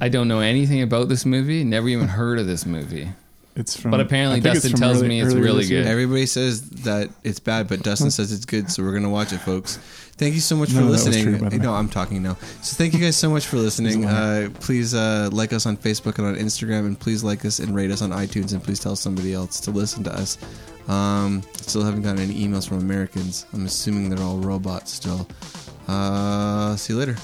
S1: I don't know anything about this movie. Never even heard of this movie.
S8: It's from.
S1: But apparently
S8: I think
S1: Dustin
S8: it's from
S1: tells
S8: early-
S1: me it's
S8: earlier
S1: really
S8: this year.
S1: good.
S7: Everybody says that it's bad, but Dustin says it's good, so we're gonna watch it, folks. Thank you so much
S8: No,
S7: for
S8: that was
S7: listening.
S8: true, by the way.
S7: no, I'm talking now. So thank you guys so much for listening. Uh, please uh, like us on Facebook and on Instagram, and please like us and rate us on iTunes, and please tell somebody else to listen to us. Um, still haven't gotten any emails from Americans. I'm assuming they're all robots still. Uh, see you later.